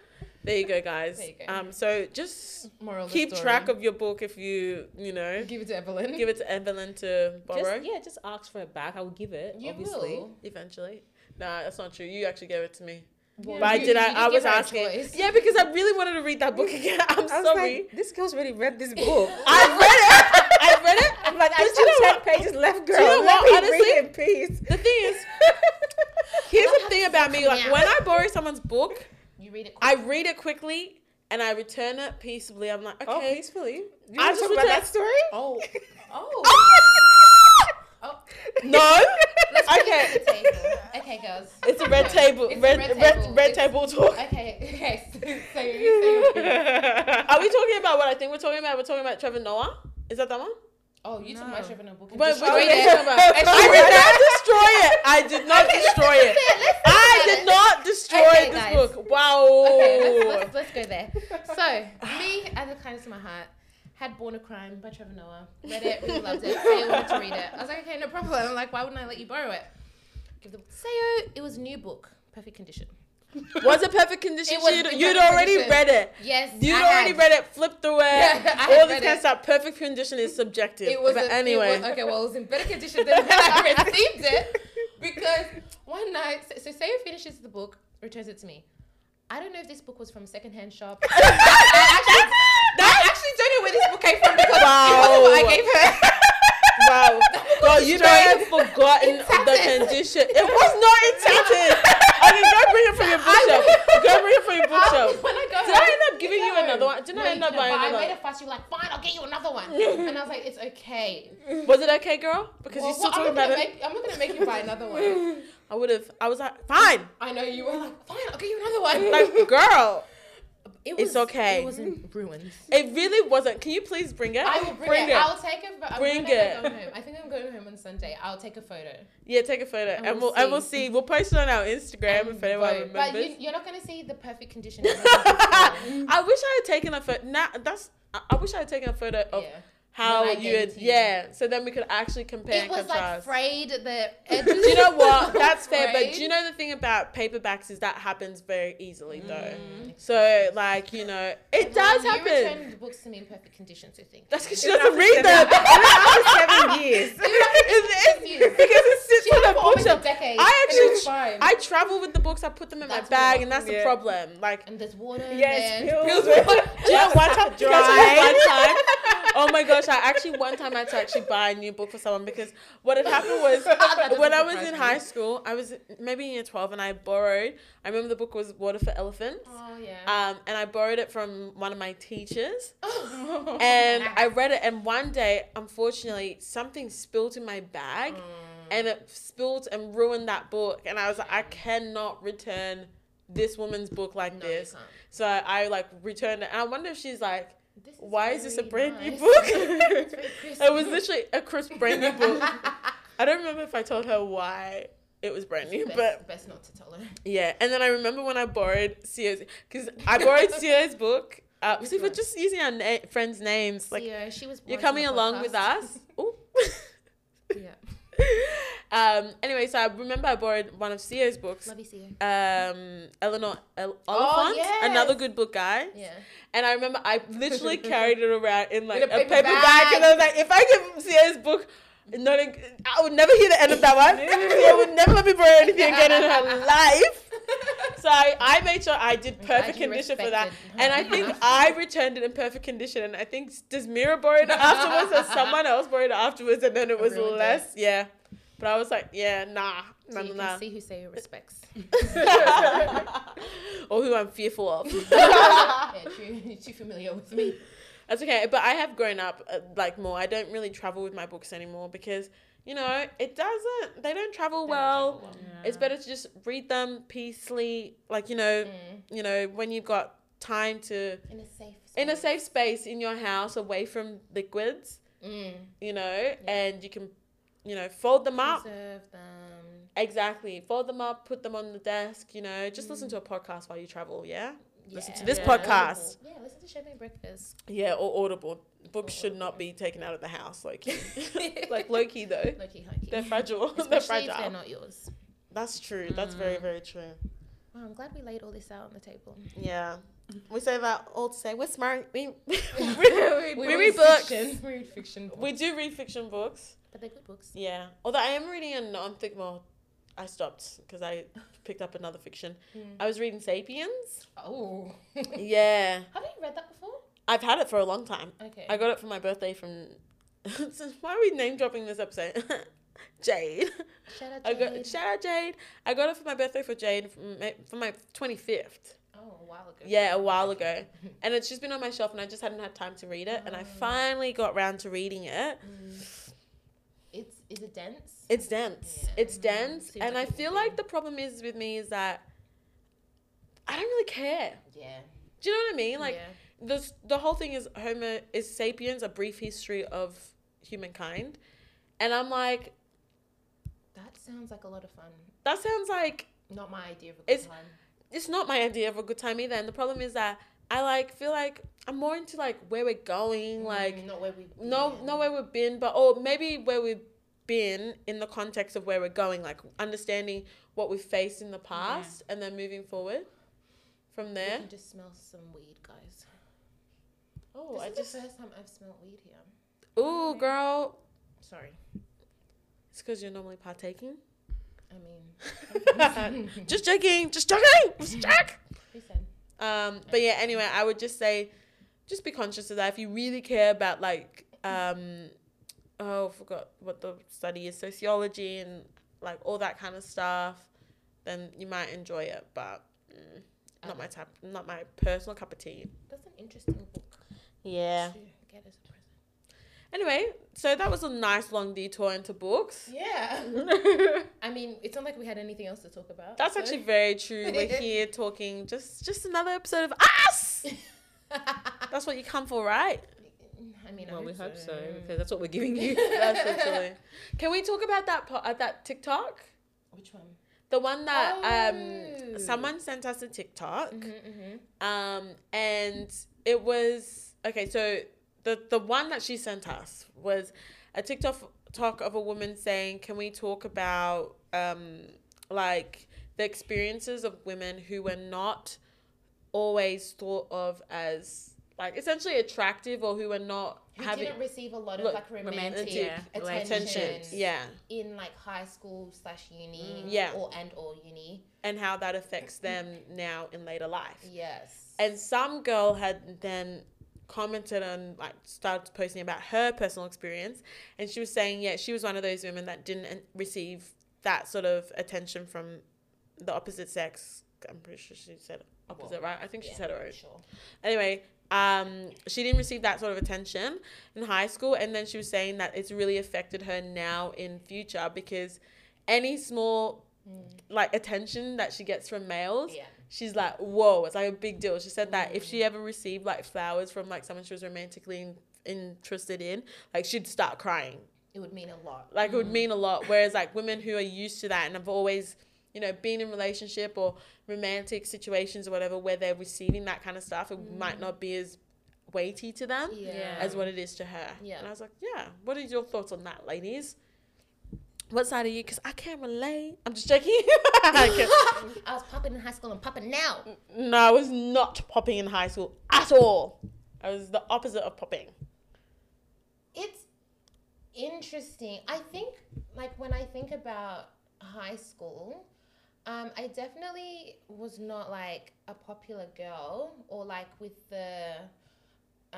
[SPEAKER 1] There you go, guys.
[SPEAKER 3] There you go.
[SPEAKER 1] Um, so just
[SPEAKER 3] Moral of the
[SPEAKER 1] keep
[SPEAKER 3] story.
[SPEAKER 1] track of your book if you you know
[SPEAKER 3] Give it to Evelyn.
[SPEAKER 1] give it to Evelyn to borrow
[SPEAKER 2] Just, yeah, just ask for it back. I will give it.
[SPEAKER 3] you
[SPEAKER 2] obviously.
[SPEAKER 3] will.
[SPEAKER 1] eventually. Nah, that's not true. You actually gave it to me.
[SPEAKER 3] Well,
[SPEAKER 1] but I
[SPEAKER 3] you-
[SPEAKER 1] did.
[SPEAKER 3] you
[SPEAKER 1] I, I
[SPEAKER 3] give
[SPEAKER 1] was
[SPEAKER 3] her a
[SPEAKER 1] asking.
[SPEAKER 3] choice.
[SPEAKER 1] Yeah, because I really wanted to read that book again. I'm
[SPEAKER 2] I was
[SPEAKER 1] sorry.
[SPEAKER 2] like, this girl's already read this book.
[SPEAKER 1] I read it.
[SPEAKER 2] I read it. I'm like, I
[SPEAKER 1] But
[SPEAKER 2] just
[SPEAKER 1] you know
[SPEAKER 2] have
[SPEAKER 1] what?
[SPEAKER 2] ten pages left, girl.
[SPEAKER 1] you know
[SPEAKER 2] Let
[SPEAKER 1] what?
[SPEAKER 2] me read it in peace.
[SPEAKER 1] The thing is, here's the thing about me. Like
[SPEAKER 3] coming
[SPEAKER 1] when I borrow someone's book,
[SPEAKER 3] You read it.
[SPEAKER 1] I read it quickly and I return it peaceably. I'm like,
[SPEAKER 2] Oh,
[SPEAKER 1] okay.
[SPEAKER 2] peacefully. You
[SPEAKER 1] I
[SPEAKER 2] want to
[SPEAKER 1] just
[SPEAKER 2] talk
[SPEAKER 1] would
[SPEAKER 2] about
[SPEAKER 1] say-
[SPEAKER 2] that story?
[SPEAKER 3] Oh. Oh. Oh.
[SPEAKER 1] no.
[SPEAKER 3] Let's put
[SPEAKER 1] Okay.
[SPEAKER 3] this on the table. Okay, girls.
[SPEAKER 1] It's a red table.
[SPEAKER 3] It's a
[SPEAKER 1] red,
[SPEAKER 3] red
[SPEAKER 1] red,
[SPEAKER 3] table.
[SPEAKER 1] red
[SPEAKER 3] It's-
[SPEAKER 1] table talk.
[SPEAKER 3] Okay. Okay. So, so you say.
[SPEAKER 1] Are we talking about what I think we're talking about? We're talking about Trevor Noah. Is that that one?
[SPEAKER 3] Oh, you took my
[SPEAKER 5] No.
[SPEAKER 3] trip in a book. and
[SPEAKER 1] But
[SPEAKER 3] destroyed
[SPEAKER 1] we're talking
[SPEAKER 3] it.
[SPEAKER 1] about.
[SPEAKER 3] And she
[SPEAKER 1] I did
[SPEAKER 3] read
[SPEAKER 1] not destroy it. I did not destroy it. I did not destroy
[SPEAKER 3] Okay,
[SPEAKER 1] this
[SPEAKER 3] guys.
[SPEAKER 1] book. Wow.
[SPEAKER 3] Okay, let's, let's, let's go there. So, me, at the kindness of my heart, had Born a Crime by Trevor Noah. Read it, really loved it. Sayo wanted to read it. I was like, okay, no problem. I'm like, why wouldn't I let you borrow it? Give the book to Sayo. It was new book, perfect condition.
[SPEAKER 1] was it perfect condition?
[SPEAKER 3] It was
[SPEAKER 1] you'd
[SPEAKER 3] in
[SPEAKER 1] you'd
[SPEAKER 3] perfect
[SPEAKER 1] already
[SPEAKER 3] condition.
[SPEAKER 1] read it.
[SPEAKER 3] Yes,
[SPEAKER 1] You'd
[SPEAKER 3] I
[SPEAKER 1] already
[SPEAKER 3] had.
[SPEAKER 1] read it. Flipped through it.
[SPEAKER 3] Yeah, I
[SPEAKER 1] All
[SPEAKER 3] had read
[SPEAKER 1] this kind of
[SPEAKER 3] it.
[SPEAKER 1] stuff. Perfect condition is subjective.
[SPEAKER 3] It was
[SPEAKER 1] but
[SPEAKER 3] a-
[SPEAKER 1] anyway.
[SPEAKER 3] it was- okay, well, it was in better condition than when I received it because one night, so, so Sayo finishes the book, returns it to me. I don't know if this book was from a secondhand shop. I actually, I actually don't know where this book came from because it wasn't what
[SPEAKER 1] Wow.
[SPEAKER 3] I gave her.
[SPEAKER 1] Wow. God, you don't have forgotten
[SPEAKER 3] It's
[SPEAKER 1] the
[SPEAKER 3] tattered.
[SPEAKER 1] condition. It was not in tattered. okay, go bring it from your bookshelf. Go bring it from your bookshelf.
[SPEAKER 3] When I go
[SPEAKER 1] Did
[SPEAKER 3] home-
[SPEAKER 1] I end up giving you another one? Didn't I
[SPEAKER 3] you
[SPEAKER 1] end up
[SPEAKER 3] didn't,
[SPEAKER 1] buying
[SPEAKER 3] but I
[SPEAKER 1] another
[SPEAKER 3] made a fuss. You were like, fine, I'll get you another one. And I was like, it's okay.
[SPEAKER 1] Was it okay, girl? Because
[SPEAKER 3] Well,
[SPEAKER 1] you still
[SPEAKER 3] well,
[SPEAKER 1] talking
[SPEAKER 3] I'm not
[SPEAKER 1] about
[SPEAKER 3] gonna
[SPEAKER 1] it.
[SPEAKER 3] make, I'm not gonna make you buy another one.
[SPEAKER 1] I would have. I was like, fine.
[SPEAKER 3] I know you were like, fine, I'll get you another one.
[SPEAKER 1] Like, girl,
[SPEAKER 3] it
[SPEAKER 1] it's okay.
[SPEAKER 3] It was in ruins.
[SPEAKER 1] it really wasn't. Can you please bring it?
[SPEAKER 3] I will bring, it. I'll take a photo.
[SPEAKER 1] Bring
[SPEAKER 3] Bring it.
[SPEAKER 1] it.
[SPEAKER 3] Home. I think I'm going home on Sunday. I'll take a photo.
[SPEAKER 1] Yeah, take a photo, and, we'll
[SPEAKER 3] we'll
[SPEAKER 1] and we'll
[SPEAKER 3] see.
[SPEAKER 1] see. We'll post it on our Instagram
[SPEAKER 3] And
[SPEAKER 1] if anyone
[SPEAKER 3] vote.
[SPEAKER 1] remembers.
[SPEAKER 3] But Mm, you, you're not gonna see the perfect condition. of my book.
[SPEAKER 1] I wish I had taken a photo. Nah, that's. I- I wish I had taken a photo of
[SPEAKER 3] Yeah.
[SPEAKER 1] how
[SPEAKER 3] When I
[SPEAKER 1] you
[SPEAKER 3] gave
[SPEAKER 1] had.
[SPEAKER 3] it to you.
[SPEAKER 1] Yeah, so then we could actually compare
[SPEAKER 3] It
[SPEAKER 1] and
[SPEAKER 3] was like
[SPEAKER 1] contrast.
[SPEAKER 3] frayed at the edges.
[SPEAKER 1] do you know what? That's fair, but
[SPEAKER 3] Frayed.
[SPEAKER 1] do you know the thing about paperbacks is that happens very easily though. So like you know, Mm. it does
[SPEAKER 3] Mm. Well, You
[SPEAKER 1] happen.
[SPEAKER 3] returned books to me in perfect condition, so thank you.
[SPEAKER 1] That's because she
[SPEAKER 2] Even
[SPEAKER 1] doesn't
[SPEAKER 2] after
[SPEAKER 1] read them.
[SPEAKER 2] seven-
[SPEAKER 1] It's-
[SPEAKER 2] Seven years.
[SPEAKER 1] it's-
[SPEAKER 3] years.
[SPEAKER 1] because it sits
[SPEAKER 3] She
[SPEAKER 1] on
[SPEAKER 3] had
[SPEAKER 1] the
[SPEAKER 3] for almost a
[SPEAKER 1] bookshelf.
[SPEAKER 3] decade.
[SPEAKER 1] I
[SPEAKER 3] and it was
[SPEAKER 1] actually,
[SPEAKER 3] fine.
[SPEAKER 1] I travel with the books. I put them in
[SPEAKER 3] That's
[SPEAKER 1] my bag,
[SPEAKER 3] what-
[SPEAKER 1] and that's the
[SPEAKER 2] yeah.
[SPEAKER 1] problem. Like,
[SPEAKER 3] and there's water. in
[SPEAKER 2] Yes,
[SPEAKER 3] there.
[SPEAKER 2] pills.
[SPEAKER 1] do you know one time? do you guys remember
[SPEAKER 2] Dry.
[SPEAKER 1] One time. Oh my gosh! I actually one time I had to actually buy a new book for someone because what had happened was
[SPEAKER 3] Ah, doesn't
[SPEAKER 1] when I was
[SPEAKER 3] surprise
[SPEAKER 1] in
[SPEAKER 3] me.
[SPEAKER 1] high school, I was maybe in year twelve, and I borrowed. I remember the book was Water for Elephants,
[SPEAKER 3] Oh yeah.
[SPEAKER 1] um, and I borrowed it from one of my teachers.
[SPEAKER 3] Oh.
[SPEAKER 1] uh, and I read it. And one day, unfortunately, something spilled in my bag,
[SPEAKER 3] Mm.
[SPEAKER 1] and it spilled and ruined that book. And I was like, I cannot return this woman's book like
[SPEAKER 3] No, you
[SPEAKER 1] this.
[SPEAKER 3] can't.
[SPEAKER 1] So I like returned it, and I wonder if she's like,
[SPEAKER 3] This is
[SPEAKER 1] why is this a
[SPEAKER 3] very
[SPEAKER 1] brand new
[SPEAKER 3] nice.
[SPEAKER 1] book?
[SPEAKER 3] It's very crisp.
[SPEAKER 1] it was literally a crisp brand new book. I don't remember if I told her why it was brand new,
[SPEAKER 3] best,
[SPEAKER 1] but
[SPEAKER 3] best not to tell her.
[SPEAKER 1] yeah. And then I remember when I borrowed Sio's because I borrowed Sio's book. Uh,
[SPEAKER 3] Which
[SPEAKER 1] see, we're
[SPEAKER 3] one?
[SPEAKER 1] just using our na- friends' names, like
[SPEAKER 3] yeah, she was.
[SPEAKER 1] you're
[SPEAKER 3] once on
[SPEAKER 1] coming
[SPEAKER 3] the
[SPEAKER 1] along with
[SPEAKER 3] podcast.
[SPEAKER 1] us. Ooh.
[SPEAKER 3] yeah,
[SPEAKER 1] um. Anyway, so I remember I borrowed one of Sio's books.
[SPEAKER 3] love you, see you.
[SPEAKER 1] Um, Eleanor El- Oliphant,
[SPEAKER 3] Oh, yes.
[SPEAKER 1] another good book guy.
[SPEAKER 3] Yeah,
[SPEAKER 1] And I remember I literally carried it around in like
[SPEAKER 3] In
[SPEAKER 1] a,
[SPEAKER 3] a
[SPEAKER 1] paper,
[SPEAKER 3] paper
[SPEAKER 1] bag.
[SPEAKER 3] bag.
[SPEAKER 1] and I was like, if I give Sio's book, not a, I would never hear the end of that one. Sia would never let me borrow anything again in her life. So I, I made sure I did
[SPEAKER 3] glad
[SPEAKER 1] perfect
[SPEAKER 3] you
[SPEAKER 1] condition for that.
[SPEAKER 3] respected
[SPEAKER 1] And
[SPEAKER 3] her
[SPEAKER 1] I think
[SPEAKER 3] enough.
[SPEAKER 1] I returned it in perfect condition. And I think, does Mira borrow it afterwards or someone else borrowed it afterwards? And then it was
[SPEAKER 3] Ruined it.
[SPEAKER 1] less. Yeah. But I was like, yeah, nah,
[SPEAKER 3] so
[SPEAKER 1] nah,
[SPEAKER 3] you
[SPEAKER 1] nah,
[SPEAKER 3] can see who say your respects.
[SPEAKER 1] nah. or who I'm fearful of.
[SPEAKER 3] yeah, true. You're too familiar with me.
[SPEAKER 1] That's okay, but I have grown up uh, like more. I don't really travel with my books anymore because you know it doesn't. They don't travel well. It's better to just read them peacefully, like you know,
[SPEAKER 3] Mm.
[SPEAKER 1] you know when you've got time to
[SPEAKER 3] In a safe. Space.
[SPEAKER 1] in a safe space in your house, away from liquids,
[SPEAKER 3] Mm.
[SPEAKER 1] you know, and you can, you know, fold them up
[SPEAKER 3] Preserve them.
[SPEAKER 1] exactly. Fold them up, put them on the desk, you know. Just listen to a podcast while you travel. Yeah, Listen to this
[SPEAKER 3] Yeah.
[SPEAKER 1] podcast.
[SPEAKER 3] Yeah, listen to Champagne Breakfast.
[SPEAKER 1] yeah, or Audible. Books should not be taken out of the house, like like low key though.
[SPEAKER 3] Low key, high key.
[SPEAKER 1] They're fragile.
[SPEAKER 3] Especially
[SPEAKER 1] they're
[SPEAKER 3] if they're
[SPEAKER 1] fragile. Mm.
[SPEAKER 3] not yours.
[SPEAKER 1] That's true. That's very, very true.
[SPEAKER 3] Wow, I'm glad we laid all this out on the table.
[SPEAKER 1] Yeah. We say that all to say we're smart. We we,
[SPEAKER 3] We,
[SPEAKER 1] we
[SPEAKER 3] read
[SPEAKER 1] read books.
[SPEAKER 3] fiction. We read fiction books.
[SPEAKER 1] We do read fiction books.
[SPEAKER 3] but they're good books.
[SPEAKER 1] Yeah. Although I am reading a non more I stopped because I picked up another fiction. I was reading Sapiens.
[SPEAKER 3] Oh. Have you
[SPEAKER 1] Yeah.
[SPEAKER 3] read that before?
[SPEAKER 1] I've had it for a long time.
[SPEAKER 3] Okay.
[SPEAKER 1] I got it for my birthday from. Why are we name dropping this episode? Jade.
[SPEAKER 3] Shout out
[SPEAKER 1] I
[SPEAKER 3] Jade.
[SPEAKER 1] got shout out Jade. I got it for my birthday for Jade from my- for my twenty fifth.
[SPEAKER 3] Oh, a while ago.
[SPEAKER 1] Yeah, a while ago, and it's just been on my shelf, and I just hadn't had time to read it, and
[SPEAKER 3] Mm.
[SPEAKER 1] I finally got round to reading it.
[SPEAKER 3] It's is it dense?
[SPEAKER 1] It's dense.
[SPEAKER 3] Yeah.
[SPEAKER 1] It's dense,
[SPEAKER 3] Seems
[SPEAKER 1] and I
[SPEAKER 3] like it would
[SPEAKER 1] feel
[SPEAKER 3] be.
[SPEAKER 1] like the problem is with me is that I don't really care.
[SPEAKER 3] yeah.
[SPEAKER 1] Do you know what I mean? Like
[SPEAKER 3] yeah.
[SPEAKER 1] this the whole thing is homo is sapiens a brief history of humankind and i'm like
[SPEAKER 3] that sounds like a lot of fun.
[SPEAKER 1] that sounds like
[SPEAKER 3] Not my idea of a good
[SPEAKER 1] It's-
[SPEAKER 3] time.
[SPEAKER 1] it's not my idea of a good time either and the problem is that i like feel like i'm more into like where we're going like
[SPEAKER 3] Mm, not where we
[SPEAKER 1] no
[SPEAKER 3] yeah.
[SPEAKER 1] no where we've been but or maybe where we've been in the context of where we're going like understanding what we've faced in the past and then moving forward from
[SPEAKER 3] We
[SPEAKER 1] there
[SPEAKER 3] can just smell some weed, guys.
[SPEAKER 1] oh
[SPEAKER 3] this
[SPEAKER 1] i
[SPEAKER 3] is
[SPEAKER 1] just
[SPEAKER 3] the first time I've smelled weed here.
[SPEAKER 1] ooh girl
[SPEAKER 3] Sorry.
[SPEAKER 1] it's because you're normally partaking
[SPEAKER 3] I mean,
[SPEAKER 1] just joking, just joking, just joke.
[SPEAKER 3] who said?
[SPEAKER 1] Um, but yeah, anyway, I would just say, just be conscious of that. If you really care about like, um, oh, I forgot what the study is, sociology and like all that kind of stuff, then you might enjoy it. But mm, not my type, not my personal cup of tea.
[SPEAKER 3] That's an interesting book.
[SPEAKER 1] Yeah.
[SPEAKER 3] to Get as a present.
[SPEAKER 1] Anyway, so that was a nice long detour into books.
[SPEAKER 3] Yeah. I mean, it's not like we had anything else to talk about.
[SPEAKER 1] That's
[SPEAKER 3] so-
[SPEAKER 1] actually very true. We're here talking just just another episode of us. That's what you come for, right?
[SPEAKER 3] I mean, I
[SPEAKER 2] Well,
[SPEAKER 3] hope
[SPEAKER 2] we hope so
[SPEAKER 3] so.
[SPEAKER 1] Mm.
[SPEAKER 2] because that's what we're giving you.
[SPEAKER 1] That's literally. Can we talk about that po- uh, that TikTok?
[SPEAKER 3] Which one?
[SPEAKER 1] The one that
[SPEAKER 3] Oh.
[SPEAKER 1] um someone sent us a TikTok.
[SPEAKER 3] Mm-hmm.
[SPEAKER 1] Um and it was okay, so the the one that she sent us was a TikTok talk of a woman saying, "Can we talk about um like the experiences of women who were not always thought of as like essentially attractive or who were not
[SPEAKER 3] Who
[SPEAKER 1] having
[SPEAKER 3] didn't receive a lot of
[SPEAKER 1] Look,
[SPEAKER 3] like romantic,
[SPEAKER 1] romantic
[SPEAKER 3] attention,
[SPEAKER 1] attention." Yeah.
[SPEAKER 3] in like high school slash uni,
[SPEAKER 1] Mm. Yeah.
[SPEAKER 3] or and or uni.
[SPEAKER 1] and how that affects them now in later life.
[SPEAKER 3] Yes.
[SPEAKER 1] And some girl had then commented on like started posting about her personal experience and she was saying yeah she was one of those women that didn't en- receive that sort of attention from the opposite sex i'm pretty sure she said opposite right i think she
[SPEAKER 3] Yeah,
[SPEAKER 1] said it right
[SPEAKER 3] Sure.
[SPEAKER 1] anyway um she didn't receive that sort of attention in high school and then she was saying that it's really affected her now in future because any small like attention that she gets from males
[SPEAKER 3] Yeah.
[SPEAKER 1] she's like whoa it's like a big deal she said that if she ever received like flowers from like someone she was romantically in- interested in like she'd start crying
[SPEAKER 3] It would mean a lot.
[SPEAKER 1] like it would mean a lot whereas like women who are used to that and have always you know been in relationship or romantic situations or whatever where they're receiving that kind of stuff it might not be as weighty to them
[SPEAKER 3] Mm. Yeah.
[SPEAKER 1] as what it is to her
[SPEAKER 3] Yeah.
[SPEAKER 1] and i was like yeah what are your thoughts on that ladies what side are you because i can't relate i'm just joking I
[SPEAKER 3] I was popping in high school and popping now.
[SPEAKER 1] can't- no i was not popping in high school at all i was the opposite of popping
[SPEAKER 3] It's interesting. I think, like, when I think about high school, um, I definitely was not like a popular girl or like with the,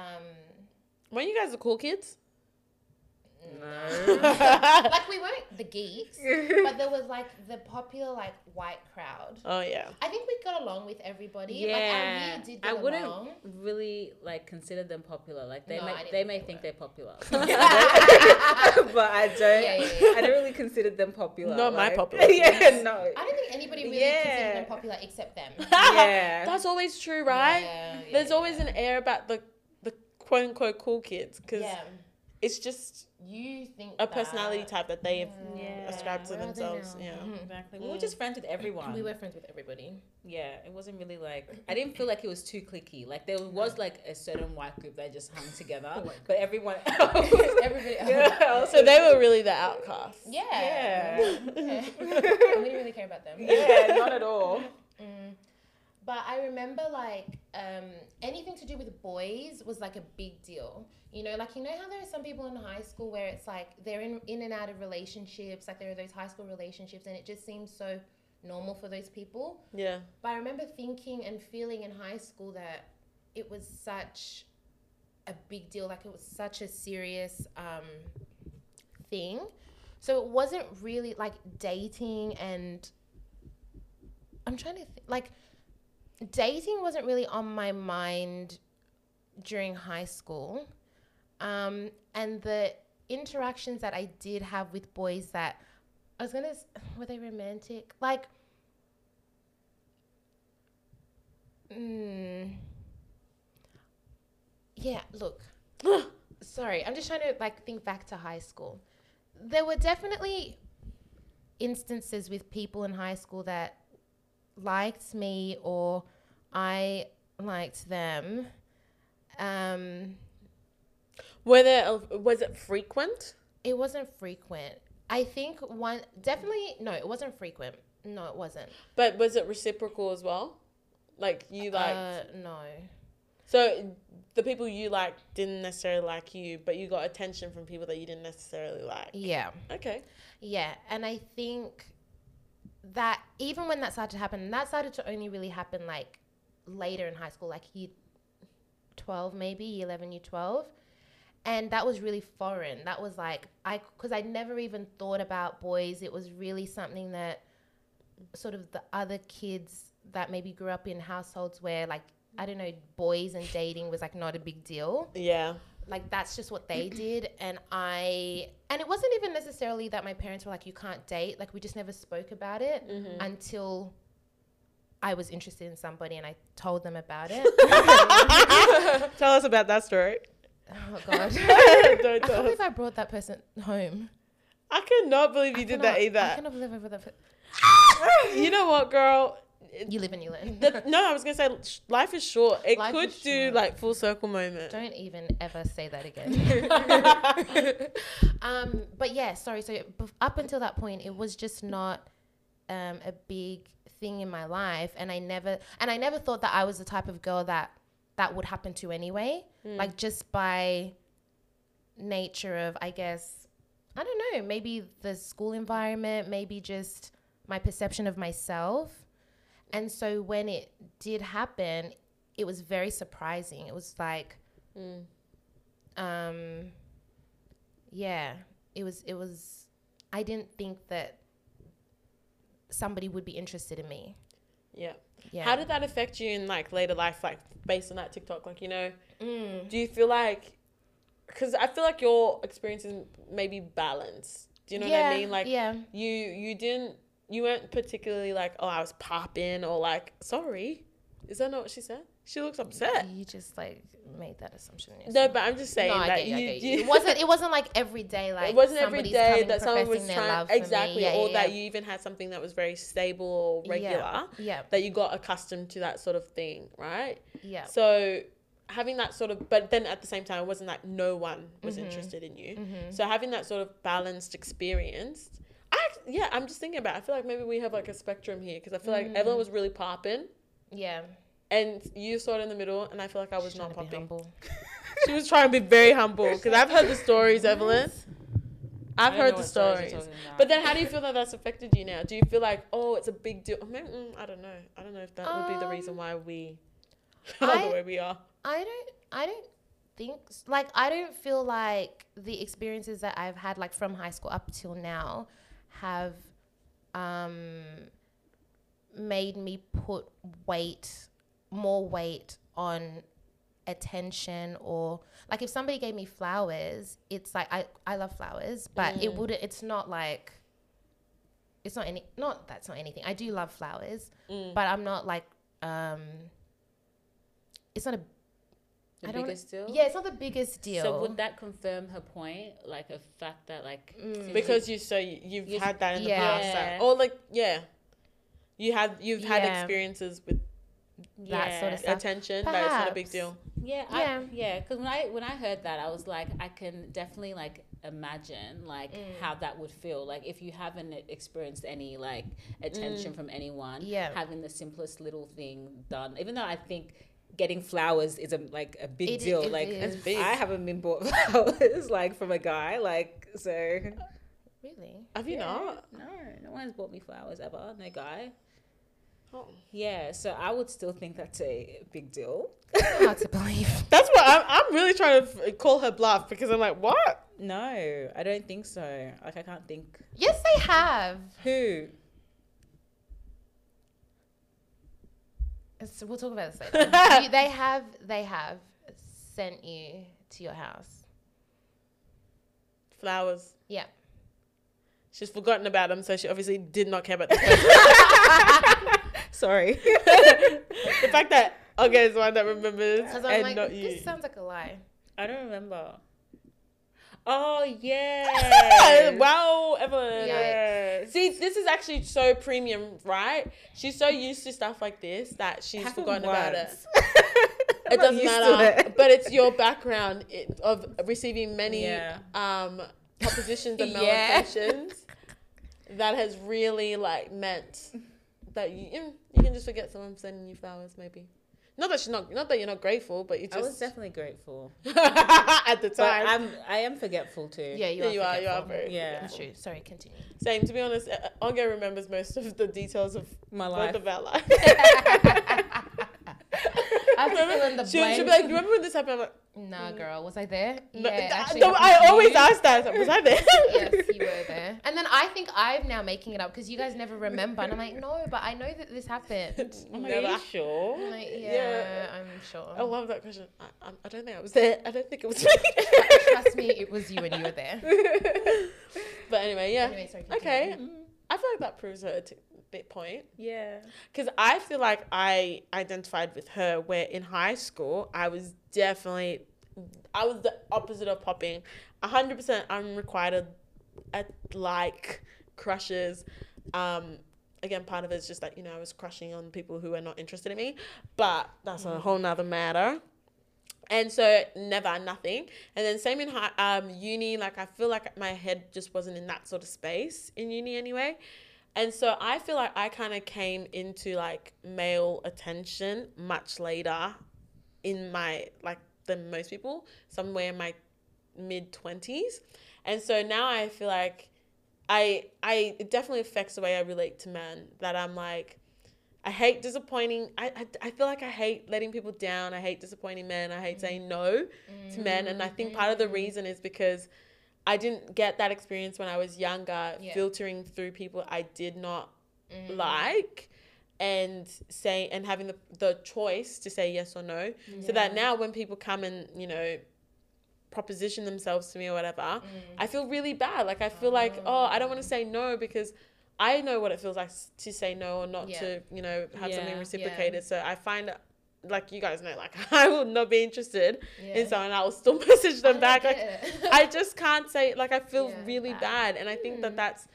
[SPEAKER 3] um,
[SPEAKER 1] weren't you guys the cool kids
[SPEAKER 2] no.
[SPEAKER 1] Uh,
[SPEAKER 3] like we weren't the geeks, but there was like the popular like white crowd.
[SPEAKER 1] oh yeah
[SPEAKER 3] I think we got along with everybody.
[SPEAKER 2] Yeah,
[SPEAKER 3] like, our year did get
[SPEAKER 2] I wouldn't
[SPEAKER 3] along.
[SPEAKER 2] really like consider them popular. Like they
[SPEAKER 3] No, I
[SPEAKER 2] may
[SPEAKER 3] didn't
[SPEAKER 2] they
[SPEAKER 3] think
[SPEAKER 2] may
[SPEAKER 3] they
[SPEAKER 2] think
[SPEAKER 3] were.
[SPEAKER 2] they're popular, but I don't.
[SPEAKER 3] Yeah, yeah, yeah.
[SPEAKER 2] I don't really consider them popular.
[SPEAKER 1] Not my
[SPEAKER 2] like-
[SPEAKER 1] popular.
[SPEAKER 2] yeah, no.
[SPEAKER 3] I don't think anybody really
[SPEAKER 1] Yeah.
[SPEAKER 3] considered them popular except them.
[SPEAKER 2] Yeah.
[SPEAKER 1] That's always true, right?
[SPEAKER 3] Yeah,
[SPEAKER 1] There's
[SPEAKER 3] yeah,
[SPEAKER 1] always an air about the the quote unquote cool kids because
[SPEAKER 3] yeah,
[SPEAKER 1] it's just
[SPEAKER 3] you think
[SPEAKER 1] a personality
[SPEAKER 3] that-
[SPEAKER 1] type that they
[SPEAKER 3] Mm.
[SPEAKER 2] Yeah.
[SPEAKER 1] ascribe to
[SPEAKER 3] Where are they
[SPEAKER 1] themselves.
[SPEAKER 3] now? Mm-hmm.
[SPEAKER 1] Yeah.
[SPEAKER 2] Exactly. We were just friends with everyone.
[SPEAKER 3] We were friends with everybody.
[SPEAKER 2] Yeah, it wasn't really like I didn't feel like it was too clicky. Like there was like a certain white group that just hung together, but everyone else,
[SPEAKER 3] Everybody else.
[SPEAKER 2] Yeah.
[SPEAKER 1] So they were really the outcasts.
[SPEAKER 3] Yeah.
[SPEAKER 2] Yeah.
[SPEAKER 3] Okay. we didn't really care about them.
[SPEAKER 2] yeah, not at all.
[SPEAKER 3] Mm. But I remember like um, anything to do with boys was like a big deal. You know, like you know how there are some people in high school where it's like they're in in and out of relationships, like there are those high school relationships, and it just seems so normal for those people.
[SPEAKER 1] Yeah.
[SPEAKER 3] But I remember thinking and feeling in high school that it was such a big deal, like it was such a serious um, thing. So it wasn't really like dating and I'm trying to think, like dating wasn't really on my mind during high school. Um, and the interactions that I did have with boys that I was gonna s- were they romantic? Like, mm, yeah. Look, sorry, I'm just trying to like think back to high school. There were definitely instances with people in high school that liked me or I liked them. Um,
[SPEAKER 1] Were there, was it frequent?
[SPEAKER 3] it wasn't frequent. I think one definitely no, it wasn't frequent. No, it wasn't.
[SPEAKER 1] But was it reciprocal as well? Like you liked,
[SPEAKER 3] uh, no.
[SPEAKER 1] so the people you liked didn't necessarily like you, but you got attention from people that you didn't necessarily like.
[SPEAKER 3] Yeah.
[SPEAKER 1] Okay.
[SPEAKER 3] Yeah, and I think that even when that started to happen, and that started to only really happen like later in high school, like year 12, maybe year 11, year 12. And that was really foreign. That was like, I, because I never even thought about boys. It was really something that sort of the other kids that maybe grew up in households where, like, I don't know, boys and dating was like not a big deal
[SPEAKER 1] Yeah.
[SPEAKER 3] like that's just what they did and i and it wasn't even necessarily that my parents were like you can't date like we just never spoke about it
[SPEAKER 1] Mm-hmm.
[SPEAKER 3] until i was interested in somebody and i told them about it
[SPEAKER 1] Tell us about that story.
[SPEAKER 3] oh god
[SPEAKER 1] Don't
[SPEAKER 3] i can't
[SPEAKER 1] tell us.
[SPEAKER 3] believe i brought that person home
[SPEAKER 1] I cannot believe you
[SPEAKER 3] I cannot-
[SPEAKER 1] did that
[SPEAKER 3] i
[SPEAKER 1] either.
[SPEAKER 3] cannot believe i brought that per-
[SPEAKER 1] You know what, girl?
[SPEAKER 3] you live and you learn
[SPEAKER 1] The- no, I was gonna say sh- life is short. It
[SPEAKER 3] Life
[SPEAKER 1] could
[SPEAKER 3] is
[SPEAKER 1] do
[SPEAKER 3] short.
[SPEAKER 1] like full circle moment.
[SPEAKER 3] don't even ever say that again um but yeah sorry so bef- up until that point it was just not um a big thing in my life and i never and i never thought that i was the type of girl that that would happen to anyway like just by nature of i guess i don't know maybe the school environment maybe just my perception of myself and so when it did happen it was very surprising it was like
[SPEAKER 1] Mm,
[SPEAKER 3] um yeah it was it was i didn't think that somebody would be interested in me
[SPEAKER 1] Yeah.
[SPEAKER 3] yeah
[SPEAKER 1] How did that affect you in like later life, like based on that TikTok? Like, you know,
[SPEAKER 3] Mm.
[SPEAKER 1] do you feel like, because I feel like your experience is maybe balanced. Do you know what
[SPEAKER 3] Yeah,
[SPEAKER 1] I mean? Like,
[SPEAKER 3] yeah
[SPEAKER 1] you you didn't you weren't particularly like, oh, I was popping or like, sorry, is that not what she said? She looks upset.
[SPEAKER 3] you just like made that assumption
[SPEAKER 1] No, but I'm just saying
[SPEAKER 3] no, I
[SPEAKER 1] that
[SPEAKER 3] get you, I
[SPEAKER 1] you,
[SPEAKER 3] get you.
[SPEAKER 1] you-
[SPEAKER 3] It wasn't. It wasn't like every day. Like
[SPEAKER 1] it wasn't every
[SPEAKER 3] somebody's
[SPEAKER 1] day
[SPEAKER 3] coming
[SPEAKER 1] that someone was
[SPEAKER 3] professing their
[SPEAKER 1] trying
[SPEAKER 3] love for me.
[SPEAKER 1] exactly,
[SPEAKER 3] Yeah,
[SPEAKER 1] or
[SPEAKER 3] yeah,
[SPEAKER 1] that
[SPEAKER 3] yeah.
[SPEAKER 1] you even had something that was very stable or regular.
[SPEAKER 3] Yeah,
[SPEAKER 1] That you got accustomed to that sort of thing, right?
[SPEAKER 3] yeah.
[SPEAKER 1] So having that sort of, but then at the same time, it wasn't like no one was
[SPEAKER 3] Mm-hmm.
[SPEAKER 1] interested in you. So having that sort of balanced experience, I act- yeah, I'm just thinking about. it. I feel like maybe we have like a spectrum here because I feel like Evelyn
[SPEAKER 3] Mm.
[SPEAKER 1] was really popping,
[SPEAKER 3] yeah.
[SPEAKER 1] and you sort of in the middle, and I feel like I was
[SPEAKER 3] She's
[SPEAKER 1] not
[SPEAKER 3] trying to be
[SPEAKER 1] popping.
[SPEAKER 3] humble.
[SPEAKER 1] She was trying to be very humble because I've heard the stories, Evelyn. I've
[SPEAKER 2] I don't
[SPEAKER 1] heard
[SPEAKER 2] know
[SPEAKER 1] the
[SPEAKER 2] what stories you're
[SPEAKER 1] stories.
[SPEAKER 2] talking about.
[SPEAKER 1] But then, how do you feel that that's affected you now? Do you feel like, oh, it's a big deal? Maybe, mm, I don't know. I don't know if that would be the reason
[SPEAKER 3] Um,
[SPEAKER 1] why we are
[SPEAKER 3] I-
[SPEAKER 1] the way we are.
[SPEAKER 3] I don't. I don't think s- like I don't feel like the experiences that I've had like from high school up till now have um, made me put weight, more weight on attention or like if somebody gave me flowers, it's like I I love flowers, but it would not it's not like it's not any not that's not anything. I do love flowers,
[SPEAKER 1] Mm.
[SPEAKER 3] but I'm not like um it's not a
[SPEAKER 2] the
[SPEAKER 3] I don't-
[SPEAKER 2] biggest deal.
[SPEAKER 3] yeah, it's not the biggest deal.
[SPEAKER 2] So would that confirm her point, like a fact that like since you-
[SPEAKER 1] because you so you- you've
[SPEAKER 2] You-
[SPEAKER 1] had that in the
[SPEAKER 3] yeah.
[SPEAKER 1] past that- or like yeah you had you've had
[SPEAKER 3] Yeah.
[SPEAKER 1] experiences with
[SPEAKER 3] that sort
[SPEAKER 2] Yeah.
[SPEAKER 3] of stuff.
[SPEAKER 1] Attention, that is not a big
[SPEAKER 3] Perhaps.
[SPEAKER 1] deal.
[SPEAKER 2] Yeah,
[SPEAKER 3] Yeah.
[SPEAKER 2] I, yeah. Because when I when I heard that, I was like, I can definitely like imagine like
[SPEAKER 3] Mm.
[SPEAKER 2] how that would feel. Like if you haven't e, experienced any like attention from anyone,
[SPEAKER 3] Mm. Yeah.
[SPEAKER 2] having the simplest little thing done. Even though I think getting flowers is a like a big
[SPEAKER 3] It i-
[SPEAKER 2] deal.
[SPEAKER 3] it
[SPEAKER 2] like
[SPEAKER 3] is.
[SPEAKER 1] It's big.
[SPEAKER 2] I haven't been bought flowers like from a guy. Like so,
[SPEAKER 3] Really?
[SPEAKER 1] Have you not?
[SPEAKER 2] no, no one's bought me flowers ever. No guy.
[SPEAKER 1] Oh.
[SPEAKER 2] Yeah, so I would still think that's a big deal.
[SPEAKER 3] Hard to believe.
[SPEAKER 1] That's what I'm. I'm really trying to f- call her bluff because I'm like, what?
[SPEAKER 2] No, I don't think so. Like I can't think
[SPEAKER 3] Yes, they have.
[SPEAKER 2] who.
[SPEAKER 3] It's, we'll talk about this later. You- they have. They have sent you to your house.
[SPEAKER 1] Flowers.
[SPEAKER 3] Yeah.
[SPEAKER 1] She's forgotten about them, so she obviously did not care about the fact-
[SPEAKER 2] Sorry.
[SPEAKER 1] the fact that okay is the one that remembers
[SPEAKER 3] Because
[SPEAKER 1] and
[SPEAKER 3] I'm like,
[SPEAKER 1] not
[SPEAKER 3] this
[SPEAKER 1] you.
[SPEAKER 3] sounds like a lie.
[SPEAKER 2] I don't remember. Oh
[SPEAKER 1] Yeah,
[SPEAKER 2] yeah.
[SPEAKER 1] wow, Evelyn.
[SPEAKER 3] Yikes.
[SPEAKER 1] See, this is actually so premium, right? She's so used to stuff like this that she's
[SPEAKER 2] Happened
[SPEAKER 1] forgotten about it.
[SPEAKER 2] once.
[SPEAKER 1] It
[SPEAKER 2] not
[SPEAKER 1] doesn't
[SPEAKER 2] used to
[SPEAKER 1] matter,
[SPEAKER 2] it.
[SPEAKER 1] but it's your background it, of receiving many
[SPEAKER 2] Yeah.
[SPEAKER 1] um, propositions and
[SPEAKER 2] Yeah.
[SPEAKER 1] malefactions that has really like meant that you mm, you can just forget someone sending you flowers, maybe. Not that she's not, not that you're not grateful, but you
[SPEAKER 2] I was
[SPEAKER 1] just
[SPEAKER 2] definitely grateful,
[SPEAKER 1] at the
[SPEAKER 2] but
[SPEAKER 1] time.
[SPEAKER 2] I'm I am forgetful too.
[SPEAKER 3] Yeah, you
[SPEAKER 1] Yeah,
[SPEAKER 3] are.
[SPEAKER 1] you are- you are
[SPEAKER 3] forgetful.
[SPEAKER 1] very
[SPEAKER 2] Yeah.
[SPEAKER 3] That's true. Sorry, continue.
[SPEAKER 1] Same. To be honest, uh, Ongo remembers most of the details of
[SPEAKER 2] My
[SPEAKER 1] both
[SPEAKER 2] life.
[SPEAKER 1] of our lives.
[SPEAKER 3] I have to fill in the
[SPEAKER 1] She'll, she'll be
[SPEAKER 3] blanks.
[SPEAKER 1] like, "Remember when this happened?" I'm like,
[SPEAKER 3] Nah, girl, was I there?
[SPEAKER 1] no,
[SPEAKER 3] yeah,
[SPEAKER 1] th-
[SPEAKER 3] actually
[SPEAKER 1] no,
[SPEAKER 3] happened
[SPEAKER 1] I
[SPEAKER 3] to
[SPEAKER 1] always
[SPEAKER 3] you.
[SPEAKER 1] ask that. Was I there?
[SPEAKER 3] yes, you were there. And then I think I'm now making it up because you guys never remember. And I'm like, no, but I know that this happened.
[SPEAKER 1] I'm
[SPEAKER 2] Never.
[SPEAKER 1] like, sure?
[SPEAKER 3] I'm like, yeah, I'm sure.
[SPEAKER 1] I love that question. I, I, I don't think I was there. I don't think it was me.
[SPEAKER 3] Trust me, it was you and you were there.
[SPEAKER 1] but anyway, yeah.
[SPEAKER 3] Anyway, sorry. continue.
[SPEAKER 1] okay.
[SPEAKER 2] Mm-hmm.
[SPEAKER 1] I feel like that proves her t- bit point
[SPEAKER 2] Yeah.
[SPEAKER 1] because I feel like I identified with her where in high school I was definitely I was the opposite of popping, hundred percent unrequited, at like crushes. Um, again, part of it is just that you know I was crushing on people who were not interested in me, but that's a whole nother matter. And so never nothing. And then same in high, um, uni, like I feel like my head just wasn't in that sort of space in uni anyway. And so I feel like I kind of came into like male attention much later in my like than most people, somewhere in my mid 20s. And so now I feel like I I it definitely affects the way I relate to men that I'm like I hate disappointing. I, I, I feel like I hate letting people down. I hate disappointing men. I hate saying no to men. And I think part of the reason is because I didn't get that experience when I was younger,
[SPEAKER 3] Yeah.
[SPEAKER 1] filtering through people I did not like and say and having the, the choice to say yes or no so that now when people come and you know proposition themselves to me or whatever
[SPEAKER 3] Mm.
[SPEAKER 1] i feel really bad like i feel like oh i don't want to say no because i know what it feels like s- to say no or not
[SPEAKER 3] Yeah.
[SPEAKER 1] to you know have something
[SPEAKER 2] Yeah.
[SPEAKER 1] reciprocated so i find like you guys know like i will not be interested
[SPEAKER 3] Yeah.
[SPEAKER 1] in someone i'll still message them
[SPEAKER 3] I
[SPEAKER 1] back
[SPEAKER 3] don't
[SPEAKER 1] like
[SPEAKER 3] get it.
[SPEAKER 1] I just can't say like I feel
[SPEAKER 3] Yeah, Mm.
[SPEAKER 1] really
[SPEAKER 3] bad.
[SPEAKER 1] bad, and I think that that's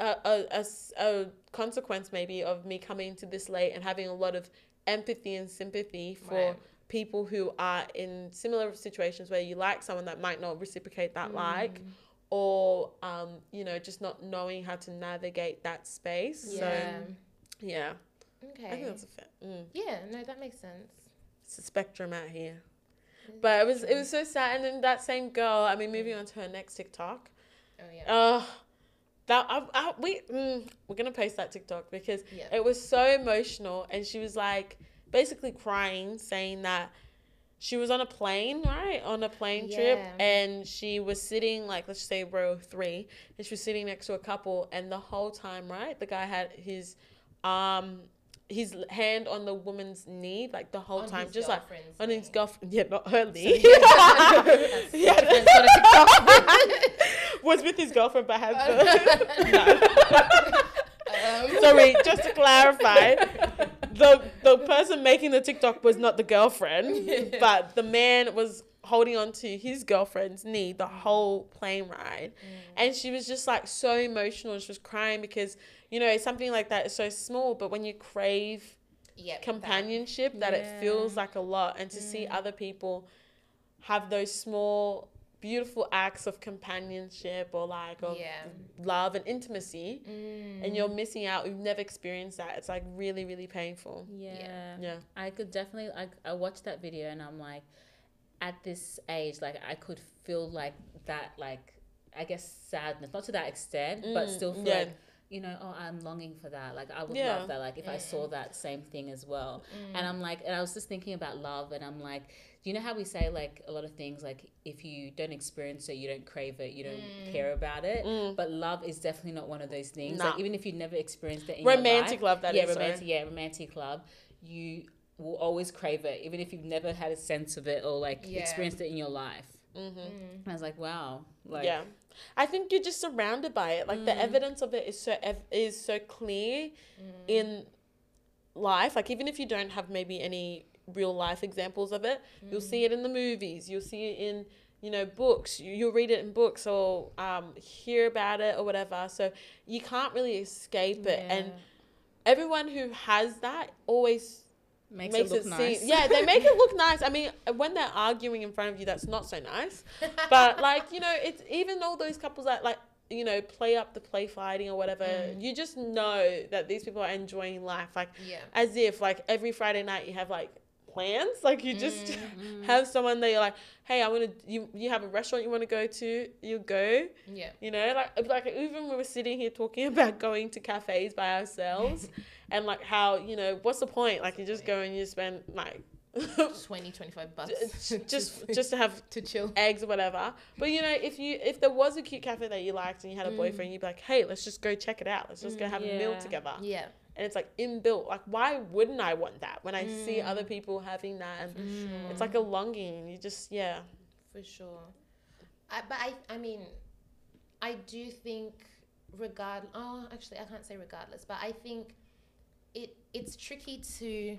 [SPEAKER 1] a, a- a s- a consequence maybe of me coming to this late and having a lot of empathy and sympathy for
[SPEAKER 3] Right.
[SPEAKER 1] people who are in similar situations where you like someone that might not reciprocate that like
[SPEAKER 3] Mm.
[SPEAKER 1] or um you know just not knowing how to navigate that space
[SPEAKER 3] yeah.
[SPEAKER 1] so yeah i
[SPEAKER 3] Okay.
[SPEAKER 1] think that's a fair mm
[SPEAKER 3] Yeah, no, that makes sense.
[SPEAKER 1] it's a spectrum out here. But it was it was so sad. And then that same girl, I mean,
[SPEAKER 3] Mm.
[SPEAKER 1] moving on to her next TikTok.
[SPEAKER 3] Oh, yeah.
[SPEAKER 1] Uh, that I, I, we mm, we're gonna post that TikTok because
[SPEAKER 3] Yeah.
[SPEAKER 1] it was so emotional, and she was like basically crying, saying that she was on a plane, right, on a plane trip,
[SPEAKER 3] Yeah.
[SPEAKER 1] and she was sitting like let's say row three, and she was sitting next to a couple, and the whole time, right, the guy had his um his hand on the woman's knee like the whole
[SPEAKER 3] On
[SPEAKER 1] time,
[SPEAKER 3] his
[SPEAKER 1] just like
[SPEAKER 3] girlfriend's
[SPEAKER 1] on his
[SPEAKER 3] knee.
[SPEAKER 1] girlfriend, yeah, not her knee.
[SPEAKER 3] That's
[SPEAKER 1] Yeah.
[SPEAKER 3] different sort of TikTok.
[SPEAKER 1] was with his girlfriend, but has the.
[SPEAKER 3] Um,
[SPEAKER 1] No. Sorry, just to clarify, the the person making the TikTok was not the girlfriend, but the man was holding on to his girlfriend's knee the whole plane ride, and she was just like so emotional. and She was crying because you know something like that is so small, but when you crave
[SPEAKER 3] Yep,
[SPEAKER 1] companionship that it
[SPEAKER 2] Yeah.
[SPEAKER 1] feels like a lot and to see other people have those small beautiful acts of companionship or like
[SPEAKER 3] that.
[SPEAKER 1] of
[SPEAKER 3] Yeah.
[SPEAKER 1] love and intimacy
[SPEAKER 3] Mm.
[SPEAKER 1] and you're missing out you've never experienced that it's like really really painful
[SPEAKER 2] yeah.
[SPEAKER 1] yeah
[SPEAKER 2] I could definitely I, I watched that video and I'm like at this age like I could feel like that like I guess sadness not to that extent but
[SPEAKER 1] Mm,
[SPEAKER 2] still feel
[SPEAKER 1] yeah.
[SPEAKER 2] like you know oh I'm longing for that like I would
[SPEAKER 1] Yeah. Mm.
[SPEAKER 2] love that like if I saw that same thing as well and I'm like and I was just thinking about love and I'm like you know how we say like a lot of things like if you don't experience it you don't crave it you don't care about it
[SPEAKER 1] Mm.
[SPEAKER 2] but love is definitely not one of those things
[SPEAKER 1] Nah.
[SPEAKER 2] like even if you never experienced it in your life,
[SPEAKER 1] romantic love that is
[SPEAKER 2] yeah,
[SPEAKER 1] yeah,
[SPEAKER 2] romantic, yeah, romantic love. You will always crave it, even if you've never had a sense of it or like
[SPEAKER 3] Yeah.
[SPEAKER 2] experienced it in your life.
[SPEAKER 1] hmm
[SPEAKER 3] Mm.
[SPEAKER 2] And I was like, wow, like Mm.
[SPEAKER 1] yeah i think you're just surrounded by it like the evidence of it is so ev- is so clear in life like even if you don't have maybe any real life examples of it you'll
[SPEAKER 2] Mm.
[SPEAKER 1] see it in the movies you'll see it in you know books you, you'll read it in books or um, hear about it or whatever so you can't really escape it and everyone who has that always
[SPEAKER 2] makes,
[SPEAKER 1] makes
[SPEAKER 2] it look
[SPEAKER 1] it,
[SPEAKER 2] nice.
[SPEAKER 1] seem yeah they make it look nice i mean when they're arguing in front of you that's not so nice but like you know it's even all those couples that like you know play up the play fighting or whatever
[SPEAKER 2] Mm.
[SPEAKER 1] you just know that these people are enjoying life like
[SPEAKER 3] Yeah.
[SPEAKER 1] as if like every friday night you have like plans like you just
[SPEAKER 2] Mm-hmm.
[SPEAKER 1] have someone that you're like hey i want to you you have a restaurant you want to go to you go
[SPEAKER 3] Yeah.
[SPEAKER 1] you know, like like even we were sitting here talking about going to cafes by ourselves, and like how you know what's the point? Like you just go and you spend like
[SPEAKER 3] 20, 25 bucks.
[SPEAKER 1] just just just to have
[SPEAKER 3] to chill.
[SPEAKER 1] eggs or whatever. But you know, if you if there was a cute cafe that you liked and you had a boyfriend, you'd be like, hey, let's just go check it out. Let's just go have a meal
[SPEAKER 2] Yeah.
[SPEAKER 1] together.
[SPEAKER 3] Mm. Yeah.
[SPEAKER 1] And it's like inbuilt. Like why wouldn't I want that when I
[SPEAKER 3] Mm.
[SPEAKER 1] see other people having that? And it's like a longing. You just yeah.
[SPEAKER 3] For sure. I, but I, I mean, I do think regard. Oh, actually, I can't say regardless, but I think it it's tricky to,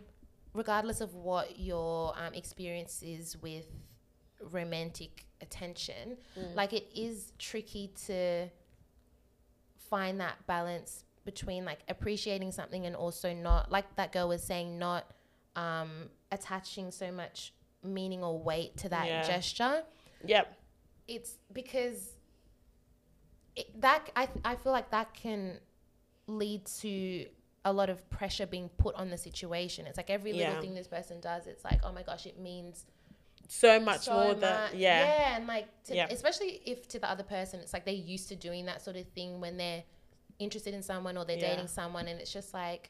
[SPEAKER 3] regardless of what your um, experience is with romantic attention, like it is tricky to find that balance between like appreciating something and also not like that girl was saying not um attaching so much meaning or weight to that
[SPEAKER 1] Yeah.
[SPEAKER 3] gesture
[SPEAKER 1] Yep.
[SPEAKER 3] it's because it, that I, I feel like that can lead to a lot of pressure being put on the situation it's like every
[SPEAKER 1] Yeah.
[SPEAKER 3] little thing this person does it's like oh my gosh it means
[SPEAKER 1] So much
[SPEAKER 3] so
[SPEAKER 1] more than
[SPEAKER 3] much.
[SPEAKER 1] yeah.
[SPEAKER 3] yeah and like to,
[SPEAKER 1] Yeah.
[SPEAKER 3] especially if to the other person it's like they're used to doing that sort of thing when they're interested in someone or they're
[SPEAKER 1] Yeah.
[SPEAKER 3] dating someone and it's just like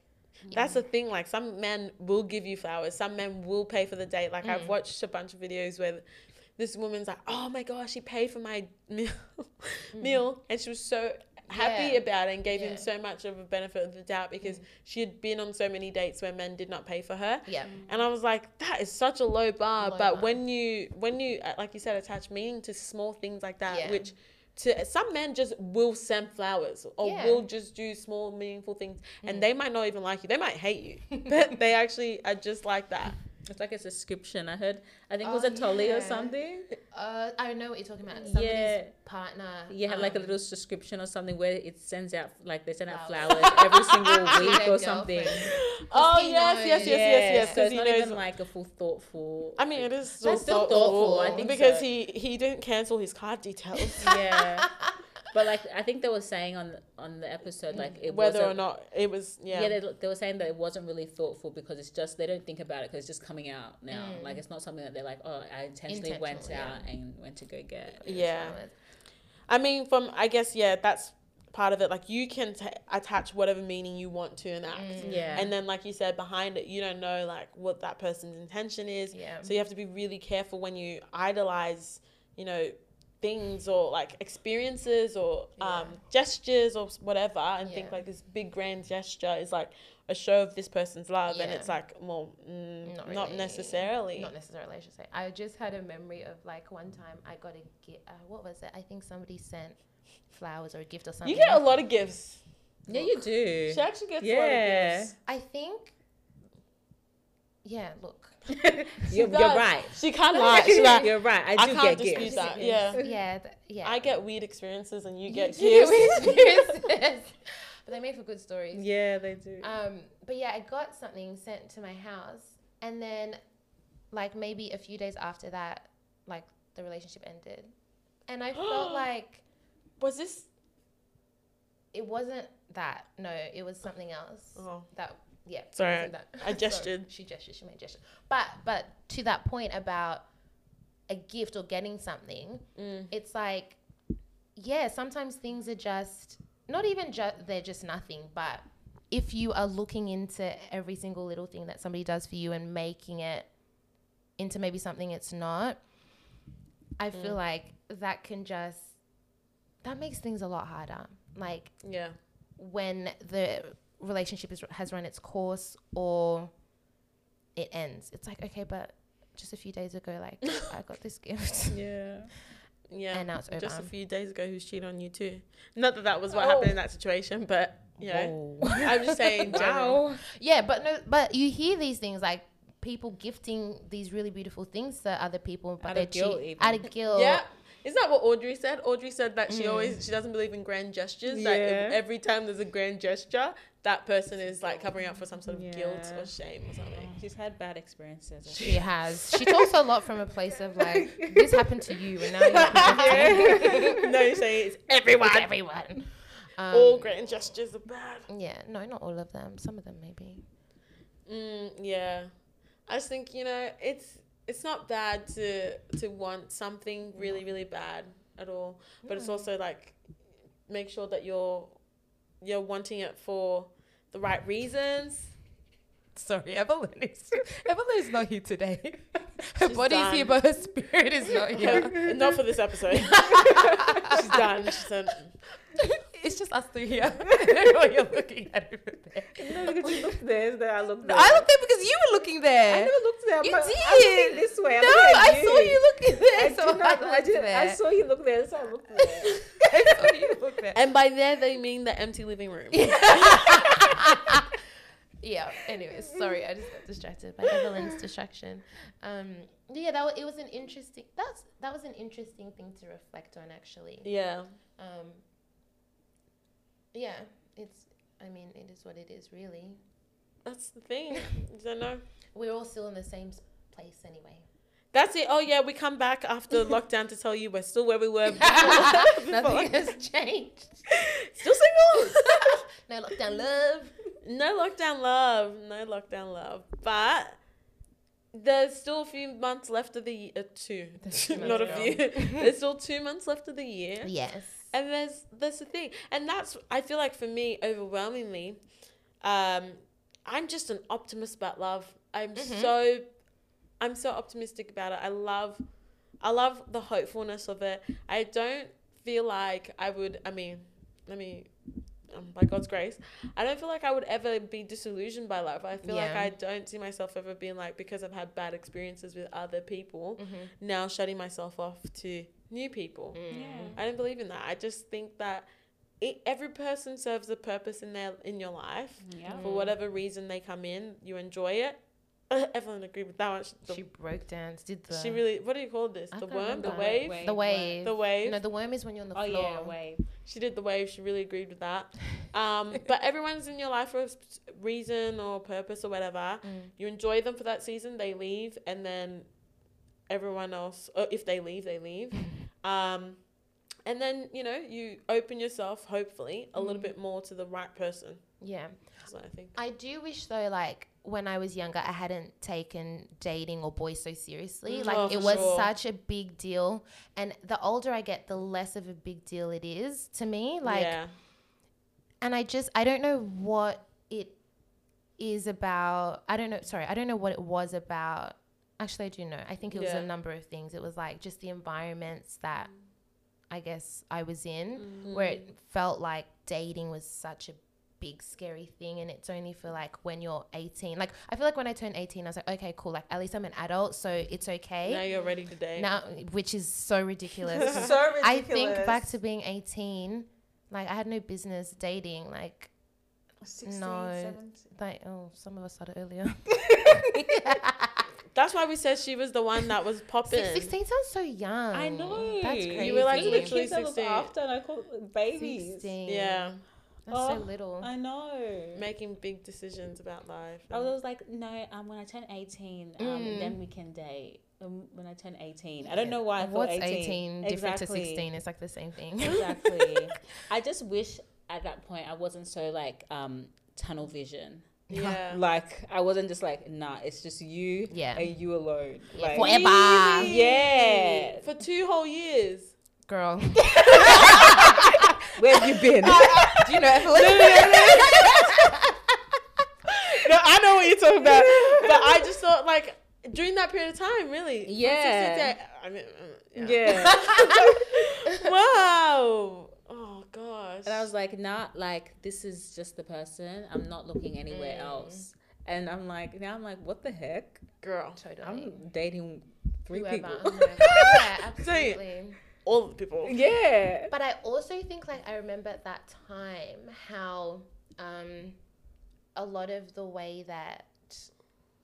[SPEAKER 1] That's the thing. Like some men will give you flowers. Some men will pay for the date. Like
[SPEAKER 3] Mm.
[SPEAKER 1] I've watched a bunch of videos where this woman's like, "Oh my gosh, she paid for my meal, meal," and she was so happy
[SPEAKER 3] Mm. Yeah.
[SPEAKER 1] about it and gave
[SPEAKER 3] Yeah. Mm.
[SPEAKER 1] him so much of a benefit of the doubt because she had been on so many dates where men did not pay for her.
[SPEAKER 3] yeah
[SPEAKER 1] And I was like, that is such a low bar.
[SPEAKER 3] Low
[SPEAKER 1] but
[SPEAKER 3] bar.
[SPEAKER 1] when you when you uh, like you said, attach meaning to small things like that,
[SPEAKER 3] Yeah.
[SPEAKER 1] which to some men just will send flowers or
[SPEAKER 3] Yeah.
[SPEAKER 1] will just do small meaningful things,
[SPEAKER 2] Mm.
[SPEAKER 1] and they might not even like you. They might hate you, but they actually are just like that.
[SPEAKER 2] It's like a subscription. I heard. I think it
[SPEAKER 3] Oh,
[SPEAKER 2] was a Tolly
[SPEAKER 3] yeah.
[SPEAKER 2] or something.
[SPEAKER 3] uh, i know what you're talking about somebody's
[SPEAKER 2] Yeah.
[SPEAKER 3] partner
[SPEAKER 2] You have like a
[SPEAKER 3] um,
[SPEAKER 2] little subscription or something where it sends out like they send out
[SPEAKER 3] Flowers.
[SPEAKER 2] flowers every single
[SPEAKER 3] to
[SPEAKER 2] week
[SPEAKER 3] their
[SPEAKER 2] or something.
[SPEAKER 3] girlfriend.
[SPEAKER 1] Oh
[SPEAKER 3] he
[SPEAKER 1] yes,
[SPEAKER 3] knows.
[SPEAKER 1] yes, yes, yes,
[SPEAKER 2] Yeah, So
[SPEAKER 1] yes, because
[SPEAKER 2] it's
[SPEAKER 1] he
[SPEAKER 2] not
[SPEAKER 1] knows.
[SPEAKER 2] even like a full thoughtful.
[SPEAKER 1] I mean, it is still,
[SPEAKER 2] That's still
[SPEAKER 1] thoughtful,
[SPEAKER 2] thoughtful, I think
[SPEAKER 1] because
[SPEAKER 2] so.
[SPEAKER 1] he he didn't cancel his card details,
[SPEAKER 2] yeah. But like I think they were saying on on the episode like it
[SPEAKER 1] whether
[SPEAKER 2] wasn't,
[SPEAKER 1] or not it was
[SPEAKER 2] yeah, they, they were saying that it wasn't really thoughtful because it's just they don't think about it because it's just coming out now.
[SPEAKER 3] Mm.
[SPEAKER 2] Like it's not something that they're like, oh, I intentionally went
[SPEAKER 3] Intentional, yeah.
[SPEAKER 2] out and went to go get.
[SPEAKER 1] yeah. I mean, from I guess yeah, that's part of it. Like you can t- attach whatever meaning you want to an act,
[SPEAKER 3] Mm.
[SPEAKER 2] Yeah.
[SPEAKER 1] and then like you said, behind it, you don't know like what that person's intention is.
[SPEAKER 3] yeah
[SPEAKER 1] So you have to be really careful when you idolize, you know, things or like experiences or um,
[SPEAKER 3] Yeah.
[SPEAKER 1] gestures or s- whatever, and think
[SPEAKER 3] Yeah.
[SPEAKER 1] like this big grand gesture is like a show of this person's love, and
[SPEAKER 3] Yeah.
[SPEAKER 1] it's like well, mm, not,
[SPEAKER 3] Not really.
[SPEAKER 1] necessarily.
[SPEAKER 3] Not necessarily, I should say. I just had a memory of like one time I got a gift. Uh, what was it? I think somebody sent flowers or a gift or something.
[SPEAKER 1] you get a lot of gifts.
[SPEAKER 2] Yeah, you do.
[SPEAKER 1] She actually gets a
[SPEAKER 2] Yeah.
[SPEAKER 1] lot of gifts.
[SPEAKER 3] I think. Yeah, look.
[SPEAKER 2] You're, you're
[SPEAKER 1] does.
[SPEAKER 2] right.
[SPEAKER 1] She can't lie. She's like,
[SPEAKER 2] you're right. I
[SPEAKER 1] I
[SPEAKER 2] do get
[SPEAKER 1] can't dispute
[SPEAKER 2] gifts.
[SPEAKER 1] that. Yeah.
[SPEAKER 3] Yeah, th- yeah.
[SPEAKER 1] I get weird experiences and you
[SPEAKER 3] You
[SPEAKER 1] get
[SPEAKER 3] do
[SPEAKER 1] gifts.
[SPEAKER 3] experiences. but they make for good stories.
[SPEAKER 2] Yeah, they do.
[SPEAKER 3] Um, but but yeah, I got something sent to my house, and then, like maybe a few days after that, like the relationship ended, and I felt like
[SPEAKER 1] Was this?
[SPEAKER 3] it wasn't that. No, it was something else.
[SPEAKER 1] Oh,
[SPEAKER 3] That yeah. it
[SPEAKER 1] Sorry,
[SPEAKER 3] wasn't that.
[SPEAKER 1] I
[SPEAKER 3] Sorry,
[SPEAKER 1] gestured.
[SPEAKER 3] she gestured. She made gesture. But but to that point about a gift or getting something,
[SPEAKER 1] mm.
[SPEAKER 3] it's like yeah sometimes things are just not even just they're just nothing but if you are looking into every single little thing that somebody does for you and making it into maybe something it's not i
[SPEAKER 1] Mm.
[SPEAKER 3] feel like that can just that makes things a lot harder like
[SPEAKER 1] yeah.
[SPEAKER 3] when the relationship is, has run its course or it ends it's like okay but just a few days ago like i got this gift
[SPEAKER 1] Yeah. Yeah.
[SPEAKER 3] and now it's over
[SPEAKER 1] Just a few days ago, who's cheated on you too? Not that that was what
[SPEAKER 3] Oh.
[SPEAKER 1] happened in that situation, but you know,
[SPEAKER 2] Oh.
[SPEAKER 1] I'm just saying. in general.
[SPEAKER 3] Yeah, but no, but you hear these things like people gifting these really beautiful things to other people, but
[SPEAKER 2] Out
[SPEAKER 3] they
[SPEAKER 2] of guilt,
[SPEAKER 3] cheat
[SPEAKER 2] even.
[SPEAKER 3] out of
[SPEAKER 2] Oh.
[SPEAKER 3] guilt.
[SPEAKER 1] Yeah. Is that what Audrey said? Audrey said that she always she doesn't believe in grand gestures. That
[SPEAKER 2] Mm. Yeah.
[SPEAKER 1] if, every time there's a grand gesture, that person is like covering up for some sort of guilt
[SPEAKER 2] Yeah.
[SPEAKER 1] or shame or something.
[SPEAKER 2] She's had bad experiences. I
[SPEAKER 3] She has. She talks a lot from a place of like, this happened to you, and now you're happening
[SPEAKER 1] no, you're saying it's
[SPEAKER 3] to
[SPEAKER 1] everyone.
[SPEAKER 3] everyone. Um,
[SPEAKER 1] All grand gestures are bad.
[SPEAKER 3] yeah, no, not all of them. Some of them maybe.
[SPEAKER 1] Mm, yeah, I just think you know it's it's not bad to to want something really really bad at all, but
[SPEAKER 3] Hmm.
[SPEAKER 1] it's also like make sure that you're you're wanting it for the right reasons.
[SPEAKER 4] Sorry, Evelyn is Evelyn is not here today. Her
[SPEAKER 1] She's
[SPEAKER 4] body's here,
[SPEAKER 1] done.
[SPEAKER 4] but her spirit is not here.
[SPEAKER 1] not for this episode. She's done. She's done.
[SPEAKER 4] it's just us three here. Everyone you're looking at over there.
[SPEAKER 6] No, because you looked there. There, I looked
[SPEAKER 4] No,
[SPEAKER 6] there.
[SPEAKER 4] I looked there because you were looking
[SPEAKER 6] I
[SPEAKER 4] there.
[SPEAKER 6] never looked there.
[SPEAKER 4] You
[SPEAKER 6] but
[SPEAKER 4] did.
[SPEAKER 6] I'm looking this way. I'm
[SPEAKER 4] no,
[SPEAKER 6] looking at
[SPEAKER 4] I saw you looking there.
[SPEAKER 6] I
[SPEAKER 4] so
[SPEAKER 6] did not. I,
[SPEAKER 4] looked
[SPEAKER 6] did.
[SPEAKER 4] there.
[SPEAKER 6] I saw you look there. So I looked there.
[SPEAKER 4] I saw you look there.
[SPEAKER 1] And by there they mean the empty living room.
[SPEAKER 3] Yeah. Anyways, sorry, I just got distracted by Evelyn's distraction. Um, yeah, that was, it was an interesting. That's that was an interesting thing to reflect on actually.
[SPEAKER 1] yeah.
[SPEAKER 3] um yeah it's i mean it is what it is really
[SPEAKER 1] That's the thing. I don't know.
[SPEAKER 3] we're all still in the same s- place anyway
[SPEAKER 1] That's it. Oh yeah, we come back after lockdown to tell you we're still where we were.
[SPEAKER 3] nothing has changed
[SPEAKER 1] Still single.
[SPEAKER 3] no lockdown love
[SPEAKER 1] no lockdown love. No lockdown love. But there's still a few months left of the year. Uh, two.
[SPEAKER 4] two months
[SPEAKER 1] Not a
[SPEAKER 4] to
[SPEAKER 1] few. there's still two months left of the year.
[SPEAKER 3] yes
[SPEAKER 1] And there's that's the thing, and that's I feel like for me overwhelmingly, um, I'm just an optimist about love. I'm
[SPEAKER 3] Mm-hmm.
[SPEAKER 1] so, I'm so optimistic about it. I love, I love the hopefulness of it. I don't feel like I would. I mean, let me. Um, by God's grace, I don't feel like I would ever be disillusioned by love. I feel like
[SPEAKER 3] Yeah.
[SPEAKER 1] I don't see myself ever being like because I've had bad experiences with other people,
[SPEAKER 3] Mm-hmm.
[SPEAKER 1] now shutting myself off to new people.
[SPEAKER 2] think.
[SPEAKER 1] I don't believe in that. I just think that it, every person serves a purpose in their in your life
[SPEAKER 2] Yeah.
[SPEAKER 3] Mm.
[SPEAKER 1] for whatever reason they come in. You enjoy it. Evelyn agreed with that one. She, the-
[SPEAKER 4] She broke dance, did the
[SPEAKER 1] she really. What do you call this?
[SPEAKER 3] I
[SPEAKER 1] The
[SPEAKER 3] can't
[SPEAKER 1] worm, the
[SPEAKER 3] remember.
[SPEAKER 1] wave?
[SPEAKER 3] the wave
[SPEAKER 1] the wave.
[SPEAKER 3] no the worm is when you're on the
[SPEAKER 2] Oh
[SPEAKER 3] floor
[SPEAKER 2] yeah, wave.
[SPEAKER 1] She did the wave. She really agreed with that. Um, but everyone's in your life for a s- reason or purpose or whatever. You enjoy them for that season. They leave, and then everyone else, or if they leave, they leave. Um, and then you know you open yourself, hopefully, a little bit more to the right person.
[SPEAKER 3] yeah
[SPEAKER 1] That's what I think.
[SPEAKER 3] i do wish though like when i was younger i hadn't taken dating or boys so seriously
[SPEAKER 1] Mm,
[SPEAKER 3] like
[SPEAKER 1] oh,
[SPEAKER 3] it
[SPEAKER 1] for
[SPEAKER 3] was
[SPEAKER 1] sure.
[SPEAKER 3] such a big deal and the older i get the less of a big deal it is to me like
[SPEAKER 1] yeah,
[SPEAKER 3] and I just I don't know what it is about. I don't know. Sorry, I don't know what it was about. Actually, I do know. I think it was
[SPEAKER 1] Yeah.
[SPEAKER 3] a number of things. It was like just the environments that I guess I was in,
[SPEAKER 1] Mm.
[SPEAKER 3] where it felt like dating was such a big scary thing and it's only for like when you're 18 like i feel like when i turned 18 i was like okay cool like at least i'm an adult so it's
[SPEAKER 1] now
[SPEAKER 3] okay
[SPEAKER 1] you're ready to date.
[SPEAKER 3] now which is so ridiculous
[SPEAKER 6] So ridiculous.
[SPEAKER 3] I think back to being 18, like I had no business dating. Like,
[SPEAKER 6] 16,
[SPEAKER 3] No.
[SPEAKER 6] 17.
[SPEAKER 3] like oh, some of us started earlier.
[SPEAKER 1] That's why we said she was the one that was popping.
[SPEAKER 3] Six, 16 sounds so young.
[SPEAKER 2] I know.
[SPEAKER 3] Oh, That's crazy.
[SPEAKER 2] You
[SPEAKER 1] were like
[SPEAKER 6] Those are the
[SPEAKER 1] literally
[SPEAKER 6] kids I look
[SPEAKER 1] 16.
[SPEAKER 6] after, and I call them babies.
[SPEAKER 3] 16.
[SPEAKER 1] Yeah,
[SPEAKER 3] That's
[SPEAKER 2] Oh.
[SPEAKER 3] so little.
[SPEAKER 2] I know.
[SPEAKER 1] making big decisions about life.
[SPEAKER 2] I was
[SPEAKER 1] and-
[SPEAKER 2] always like, no, um, when I turn 18, um,
[SPEAKER 3] Mm.
[SPEAKER 2] then we can date. Um, when I turn 18. I don't know why I thought
[SPEAKER 4] What's
[SPEAKER 2] 18.
[SPEAKER 4] 18 different to
[SPEAKER 2] Exactly.
[SPEAKER 4] 16? It's like the same thing.
[SPEAKER 2] Exactly. I just wish at that point I wasn't so like um, tunnel vision.
[SPEAKER 1] yeah.
[SPEAKER 2] Like I wasn't just like, nah, it's just you
[SPEAKER 4] Yeah.
[SPEAKER 2] and you alone.
[SPEAKER 4] Yeah,
[SPEAKER 2] Like,
[SPEAKER 4] forever.
[SPEAKER 1] Really?
[SPEAKER 2] Yeah.
[SPEAKER 1] For two whole years.
[SPEAKER 4] Girl.
[SPEAKER 2] Where have you been?
[SPEAKER 4] Do you know Evelyn?
[SPEAKER 1] No, I know what you're talking about. but I just thought like during that period of time, really. from
[SPEAKER 2] Yeah.
[SPEAKER 1] 16 to- I mean, mm, yeah.
[SPEAKER 6] Yeah.
[SPEAKER 1] wow. Oh gosh.
[SPEAKER 2] And I was like, nah, like this is just the person. I'm not looking anywhere else. And I'm like, now I'm like, what the heck?
[SPEAKER 1] girl.
[SPEAKER 3] Totally.
[SPEAKER 2] I'm dating three
[SPEAKER 3] Whoever.
[SPEAKER 2] people.
[SPEAKER 3] whoever. yeah, absolutely.
[SPEAKER 1] All the people.
[SPEAKER 6] yeah.
[SPEAKER 3] But I also think like I remember at that time how um, a lot of the way that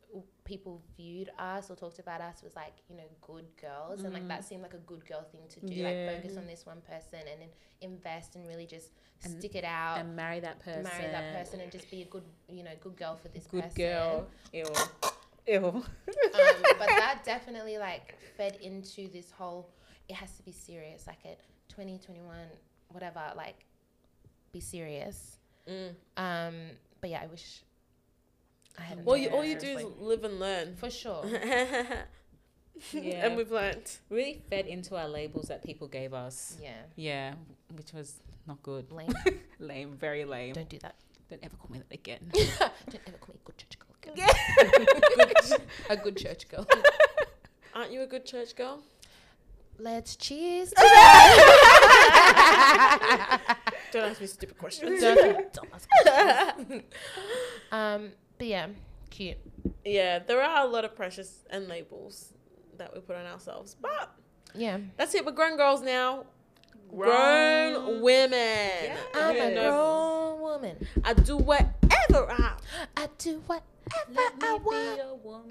[SPEAKER 3] w- people viewed us or talked about us was like you know good girls and like that seemed like a good girl thing to do
[SPEAKER 2] Mm. Yeah.
[SPEAKER 3] like focus on this one person and then invest and really just stick it out
[SPEAKER 2] and marry that person.
[SPEAKER 3] marry that person and just be a good you know good girl for this
[SPEAKER 2] Good
[SPEAKER 3] person
[SPEAKER 2] girl. Ew. Ew.
[SPEAKER 3] um, but that definitely like fed into this whole it has to be serious like at 20 21 whatever like be serious
[SPEAKER 1] Mm.
[SPEAKER 3] um but yeah i wish i hadn't
[SPEAKER 1] Well,
[SPEAKER 3] done
[SPEAKER 1] you,
[SPEAKER 3] that,
[SPEAKER 1] all you do is
[SPEAKER 3] honestly.
[SPEAKER 1] live and learn.
[SPEAKER 3] for sure
[SPEAKER 2] Yeah.
[SPEAKER 1] And we've learned.
[SPEAKER 2] really fed into our labels that people gave us.
[SPEAKER 3] yeah
[SPEAKER 2] Yeah, which was not good.
[SPEAKER 3] lame
[SPEAKER 2] Lame, very lame. Don't,
[SPEAKER 3] don't do that
[SPEAKER 2] ever call me that again.
[SPEAKER 3] don't ever call me a good church girl again.
[SPEAKER 4] a good church girl.
[SPEAKER 1] Aren't you a good church girl?
[SPEAKER 3] let's cheers
[SPEAKER 1] Don't ask me stupid questions.
[SPEAKER 3] um but yeah cute
[SPEAKER 1] yeah, there are a lot of pressures and labels that we put on ourselves. But
[SPEAKER 3] yeah
[SPEAKER 1] that's it. We're grown girls now. Grown,
[SPEAKER 2] Grown.
[SPEAKER 1] women.
[SPEAKER 3] i'm
[SPEAKER 1] Who
[SPEAKER 3] a
[SPEAKER 1] knows?
[SPEAKER 3] grown woman
[SPEAKER 1] I do whatever I.
[SPEAKER 3] i do whatever i want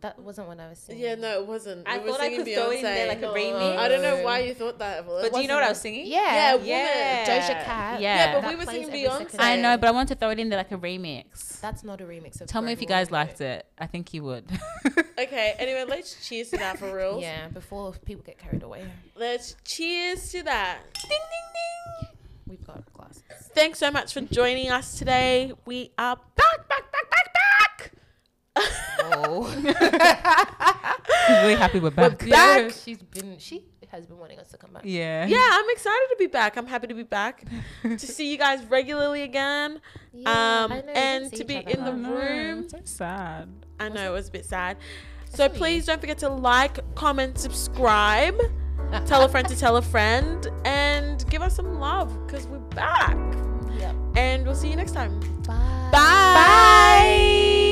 [SPEAKER 3] that wasn't what i was saying
[SPEAKER 1] Yeah, no, it wasn't.
[SPEAKER 2] I
[SPEAKER 1] We were
[SPEAKER 2] thought I
[SPEAKER 1] singing
[SPEAKER 2] could throw it in there
[SPEAKER 1] Beyonce.
[SPEAKER 2] like a
[SPEAKER 3] No.
[SPEAKER 2] remix.
[SPEAKER 1] I don't know why you thought that. Evelyn.
[SPEAKER 2] But do you know what I was singing?
[SPEAKER 3] yeah,
[SPEAKER 1] Yeah,
[SPEAKER 2] Yeah.
[SPEAKER 3] Doja Cat.
[SPEAKER 2] Yeah.
[SPEAKER 1] Yeah, but
[SPEAKER 3] That
[SPEAKER 1] we were
[SPEAKER 3] plays
[SPEAKER 1] singing
[SPEAKER 3] every
[SPEAKER 1] Beyonce.
[SPEAKER 3] second
[SPEAKER 2] I
[SPEAKER 3] day.
[SPEAKER 2] know, but I want to throw it in there like a remix.
[SPEAKER 3] That's not a remix of.
[SPEAKER 2] Tell me if you guys liked it. I think you would.
[SPEAKER 1] Okay, anyway, let's cheers to that for real.
[SPEAKER 3] Yeah, before people get carried away,
[SPEAKER 1] Let's cheers to that.
[SPEAKER 3] we've got glasses.
[SPEAKER 1] Thanks so much for joining us today. We are back, back, back, back, back.
[SPEAKER 2] really happy we're back.
[SPEAKER 1] Back.
[SPEAKER 3] She's been. She has been wanting us to come back.
[SPEAKER 2] Yeah.
[SPEAKER 1] Yeah, I'm excited to be back. I'm happy to be back to see you guys regularly again.
[SPEAKER 3] Yeah,
[SPEAKER 1] um,
[SPEAKER 3] I know, we didn't
[SPEAKER 1] and
[SPEAKER 3] see
[SPEAKER 1] to
[SPEAKER 3] each
[SPEAKER 1] be
[SPEAKER 3] other
[SPEAKER 1] in the
[SPEAKER 3] last-
[SPEAKER 1] room.
[SPEAKER 2] so sad.
[SPEAKER 1] I know it was a bit sad. So please don't forget to like, comment, subscribe, tell a friend to tell a friend, and give us some love because we're back.
[SPEAKER 3] Yep.
[SPEAKER 1] And we'll see you next time.
[SPEAKER 3] Bye.
[SPEAKER 1] Bye.